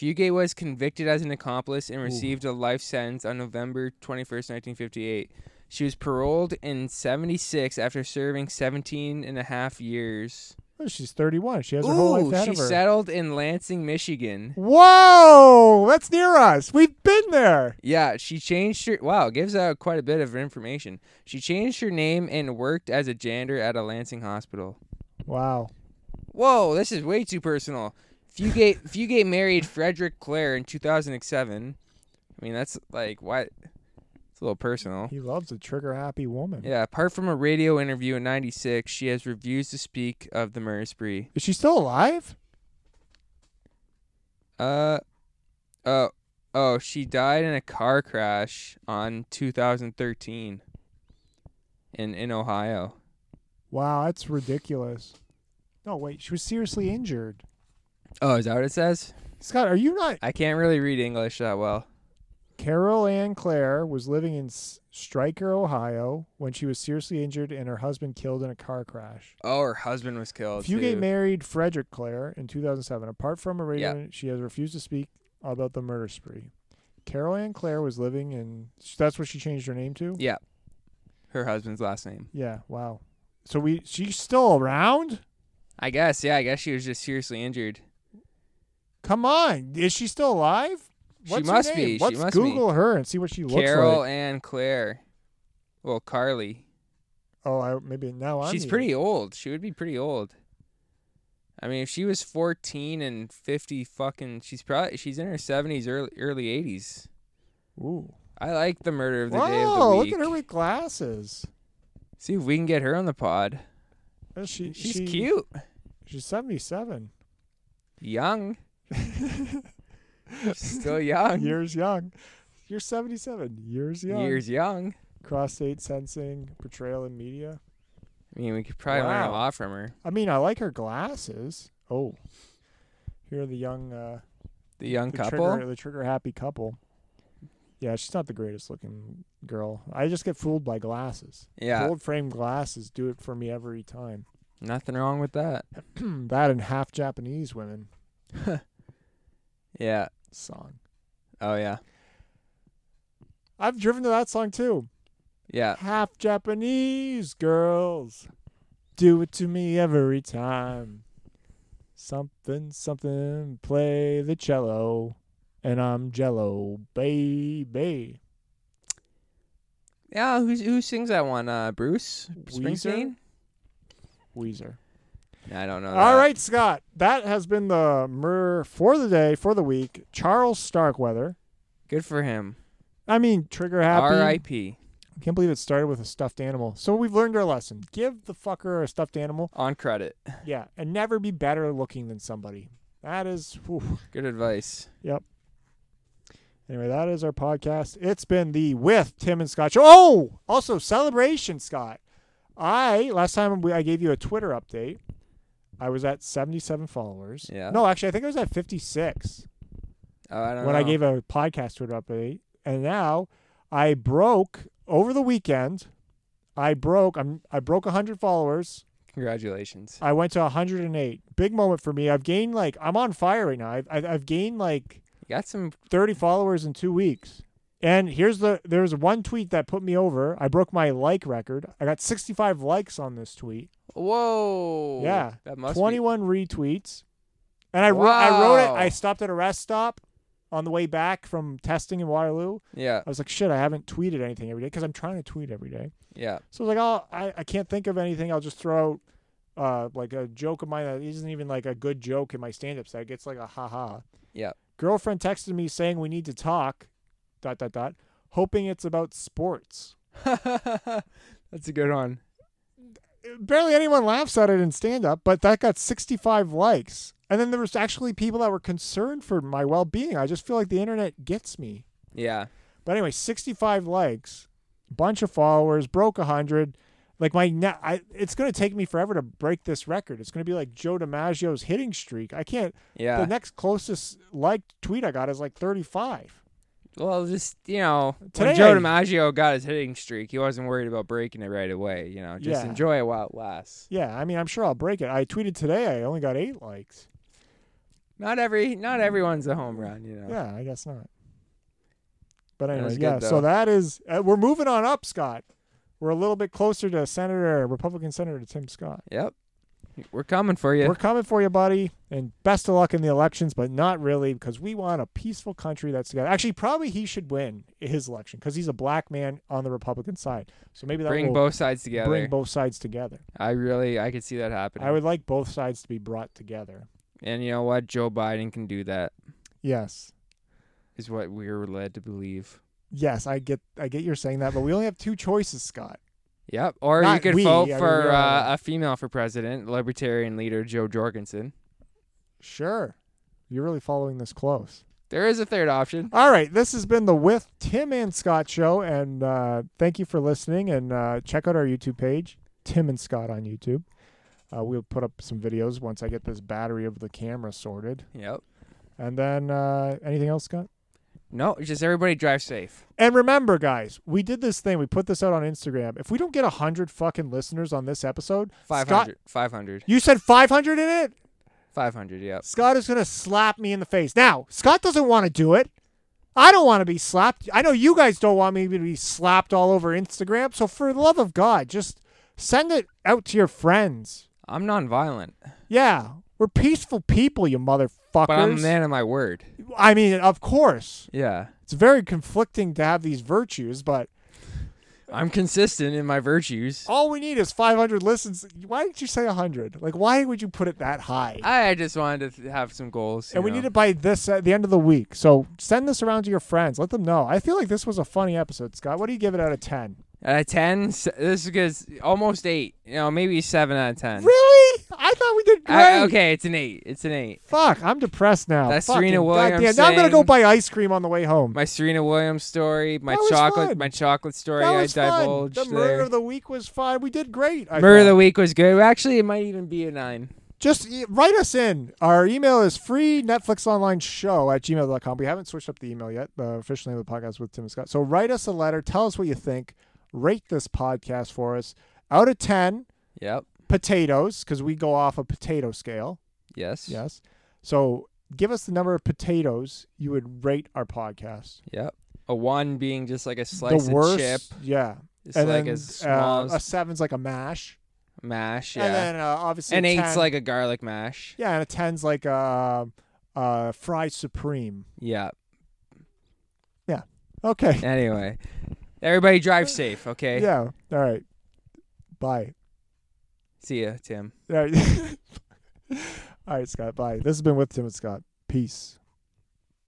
S1: Fugate was convicted as an accomplice and received a life sentence on November 21st, 1958. She was paroled in 76 after serving 17 and a half years.
S2: Oh, she's 31. She has her whole life
S1: Ooh,
S2: ahead
S1: she
S2: of her.
S1: settled in Lansing, Michigan.
S2: Whoa, that's near us. We've been there.
S1: Yeah, she changed her. Wow, gives out quite a bit of information. She changed her name and worked as a janitor at a Lansing hospital.
S2: Wow.
S1: Whoa, this is way too personal. Fugate Fugate married Frederick Clare in 2007. I mean, that's like what? It's a little personal.
S2: He loves a trigger happy woman.
S1: Yeah, apart from a radio interview in 96, she has refused to speak of the murder spree.
S2: Is she still alive?
S1: Uh oh, oh, she died in a car crash on 2013 in in Ohio.
S2: Wow, that's ridiculous. No, wait, she was seriously injured.
S1: Oh, is that what it says?
S2: Scott, are you not?
S1: I can't really read English that well.
S2: Carol Ann Clare was living in S- Stryker, Ohio, when she was seriously injured and her husband killed in a car crash.
S1: Oh, her husband was killed.
S2: Fugate
S1: too.
S2: married Frederick Clare in 2007. Apart from a radio, she has refused to speak about the murder spree. Carol Ann Clare was living in. That's what she changed her name to.
S1: Yeah. Her husband's last name.
S2: Yeah. Wow. So we. She's still around.
S1: I guess, yeah, I guess she was just seriously injured.
S2: Come on. Is she still alive?
S1: She
S2: What's her
S1: must
S2: name?
S1: be, she
S2: Let's
S1: must
S2: Google her and see what she looks
S1: Carol
S2: like.
S1: Ann Claire. Well, Carly.
S2: Oh, I, maybe now I'm.
S1: She's
S2: the-
S1: pretty old. She would be pretty old. I mean, if she was 14 and 50 fucking she's probably she's in her 70s early early 80s.
S2: Ooh.
S1: I like the murder of the day of the
S2: Whoa!
S1: week.
S2: Look at her with glasses.
S1: See if we can get her on the pod.
S2: Uh, She,
S1: She's
S2: she-
S1: cute.
S2: She's seventy-seven.
S1: Young. She's still young.
S2: Years young. You're seventy-seven. Years young.
S1: Years young.
S2: cross-state sensing portrayal in media
S1: I mean, we could probably learn a
S2: Wow.
S1: lot from her.
S2: i mean i like her glasses oh here are the young uh
S1: The young
S2: the
S1: couple.
S2: trigger, the trigger happy couple yeah she's not the greatest looking girl i just get fooled by glasses
S1: Yeah.
S2: gold frame glasses do it for me every time
S1: Nothing wrong with that.
S2: that and half japanese women
S1: Yeah.
S2: song
S1: Oh yeah.
S2: i've driven to that song too
S1: Yeah.
S2: half japanese girls do it to me every time something something play the cello and i'm jello baby
S1: Yeah, who's who sings that one? Uh Bruce Springsteen?
S2: Weezer? weezer
S1: I don't know.
S2: all
S1: that.
S2: right scott that has been the murder for the day for the week charles starkweather
S1: Good for him.
S2: i mean trigger happy
S1: R.I.P.
S2: i can't believe it started with a stuffed animal so we've learned our lesson give the fucker a stuffed animal
S1: On credit.
S2: yeah and never be better looking than somebody that is whew.
S1: Good advice.
S2: Anyway, that is our podcast. It's been the with Tim and Scott show. Oh, also celebration, Scott. I last time we, I gave you a Twitter update. I was at seventy-seven followers.
S1: Yeah.
S2: No, actually, I think I was at fifty-six
S1: Oh, I don't
S2: when
S1: know.
S2: I gave a podcast Twitter update, and now I broke over the weekend. I broke. I'm. I broke hundred followers.
S1: Congratulations.
S2: I went to hundred and eight. Big moment for me. I've gained like I'm on fire right now. I've I've, I've gained like
S1: You got some
S2: 30 followers in two weeks. And here's the there was one tweet that put me over. I broke my like record. I got 65 likes on this tweet,
S1: Whoa.
S2: Yeah.
S1: That must
S2: 21 retweets, and I wrote I wrote it.
S1: Wow.
S2: I stopped at a rest stop on the way back from testing in Waterloo.
S1: be Yeah.
S2: I was like, shit, I haven't tweeted anything every day because I'm trying to tweet every day.
S1: Yeah.
S2: So I was like, oh, I, I can't think of anything. I'll just throw out uh, like a joke of mine that isn't even like a good joke in my stand up set. It's like a haha.
S1: Yeah.
S2: Girlfriend texted me saying we need to talk, dot, dot, dot, hoping it's about sports.
S1: That's a good one.
S2: Barely anyone laughs at it in stand up, but that got 65 likes. And then there was actually people that were concerned for my well being. I just feel like the internet gets me.
S1: Yeah.
S2: But anyway, 65 likes, bunch of followers, broke 100. Like my net, I, it's going to take me forever to break this record. It's going to be like Joe DiMaggio's hitting streak. I can't.
S1: Yeah.
S2: The next closest liked tweet I got is like 35.
S1: Well, just you know,
S2: Today
S1: when Joe
S2: I-
S1: DiMaggio got his hitting streak, he wasn't worried about breaking it right away. You know, just
S2: Yeah.
S1: enjoy it while it lasts.
S2: Yeah, I mean, I'm sure I'll break it. I tweeted today. I only got eight likes.
S1: Not every, not everyone's a home run. You know.
S2: Yeah, I guess not. But
S1: That
S2: anyways,
S1: was
S2: yeah.
S1: good,
S2: So
S1: though.
S2: that is uh, we're moving on up, Scott. We're a little bit closer to Senator Republican Senator Tim Scott.
S1: Yep. We're coming for you.
S2: We're coming for you, buddy, and best of luck in the elections. But not really, because we want a peaceful country that's together. Actually, probably he should win his election because he's a black man on the Republican side. So maybe that
S1: bring
S2: will
S1: both sides together.
S2: bring both sides together.
S1: I really, I could see that happening.
S2: I would like both sides to be brought together.
S1: and you know what? Joe Biden can do that.
S2: Yes.
S1: Is what we were led to believe.
S2: Yes, I get I get you're saying that, but we only have two choices, Scott.
S1: Yep. Or you
S2: Not
S1: could
S2: we,
S1: vote
S2: I mean,
S1: for
S2: we are-
S1: uh, a female for president, Libertarian leader Joe Jorgensen.
S2: Sure. You're really following this close.
S1: There is a third option.
S2: All right, this has been the With Tim and Scott show, and uh, thank you for listening. And uh, check out our YouTube page, Tim and Scott on YouTube. Uh, we'll put up some videos once I get this battery of the camera sorted.
S1: Yep.
S2: And then uh, anything else, Scott?
S1: No, just everybody drive safe.
S2: And remember, guys, we did this thing. We put this out on Instagram. If we don't get hundred fucking listeners on this episode, Scott-
S1: 500. 500.
S2: you said 500 in it.
S1: 500, yep.
S2: Scott is going to slap me in the face. Now, Scott doesn't want to do it. I don't want to be slapped. I know you guys don't want me to be slapped all over Instagram. So, for the love of God, just send it out to your friends.
S1: I'm nonviolent,
S2: Yeah, we're peaceful people, you motherfuckers.
S1: but I'm a man of my word.
S2: I mean, of course,
S1: Yeah.
S2: it's very conflicting to have these virtues, but
S1: I'm consistent in my virtues.
S2: all we need is 500 listens. Why didn't you say 100? Like, why would you put it that high?
S1: I just wanted to have some goals.
S2: and
S1: you
S2: we
S1: know.
S2: need it by this at the end of the week. So send this around to your friends. Let them know. I feel like this was a funny episode, Scott. What do you give it out of ten?
S1: Out of 10, s- this is good. Almost 8. You know, maybe 7 out of 10.
S2: Really? I thought we did great.
S1: I- okay, it's an 8. It's an 8.
S2: Fuck, I'm depressed now.
S1: That's
S2: Fucking
S1: Serena Williams
S2: goddamn. Now I'm gonna go
S1: saying-
S2: buy ice cream on the way home.
S1: My Serena Williams story, my
S2: That was
S1: chocolate
S2: fun.
S1: my chocolate story
S2: that
S1: I
S2: was fun.
S1: divulged
S2: The murder
S1: there.
S2: of the week was fine. We did great. I
S1: Murder of
S2: thought.
S1: the week was good. Actually, it might even be a 9.
S2: Just e- write us in. Our email is free Netflix online show at gmail.com. We haven't switched up the email yet, the official name of the podcast with Tim and Scott. So write us a letter. Tell us what you think. Rate this podcast for us out of 10.
S1: Yep.
S2: potatoes because we go off a potato scale.
S1: Yes.
S2: Yes. So give us the number of potatoes you would rate our podcast.
S1: Yep. A 1 being just like a slice
S2: the worst,
S1: of chip.
S2: yeah,
S1: It's
S2: and
S1: like
S2: then
S1: a small
S2: uh, a seven's like a mash,
S1: mash.
S2: and
S1: Yeah.
S2: then uh, obviously
S1: And
S2: a
S1: eight's
S2: 10
S1: like a garlic mash.
S2: yeah, and a ten's like a uh, uh, fry supreme.
S1: Yeah.
S2: Okay,
S1: Anyway, everybody drive safe, okay?
S2: yeah, all right, bye.
S1: See ya, Tim.
S2: All right. all right, Scott. Bye. This has been with Tim and Scott. Peace.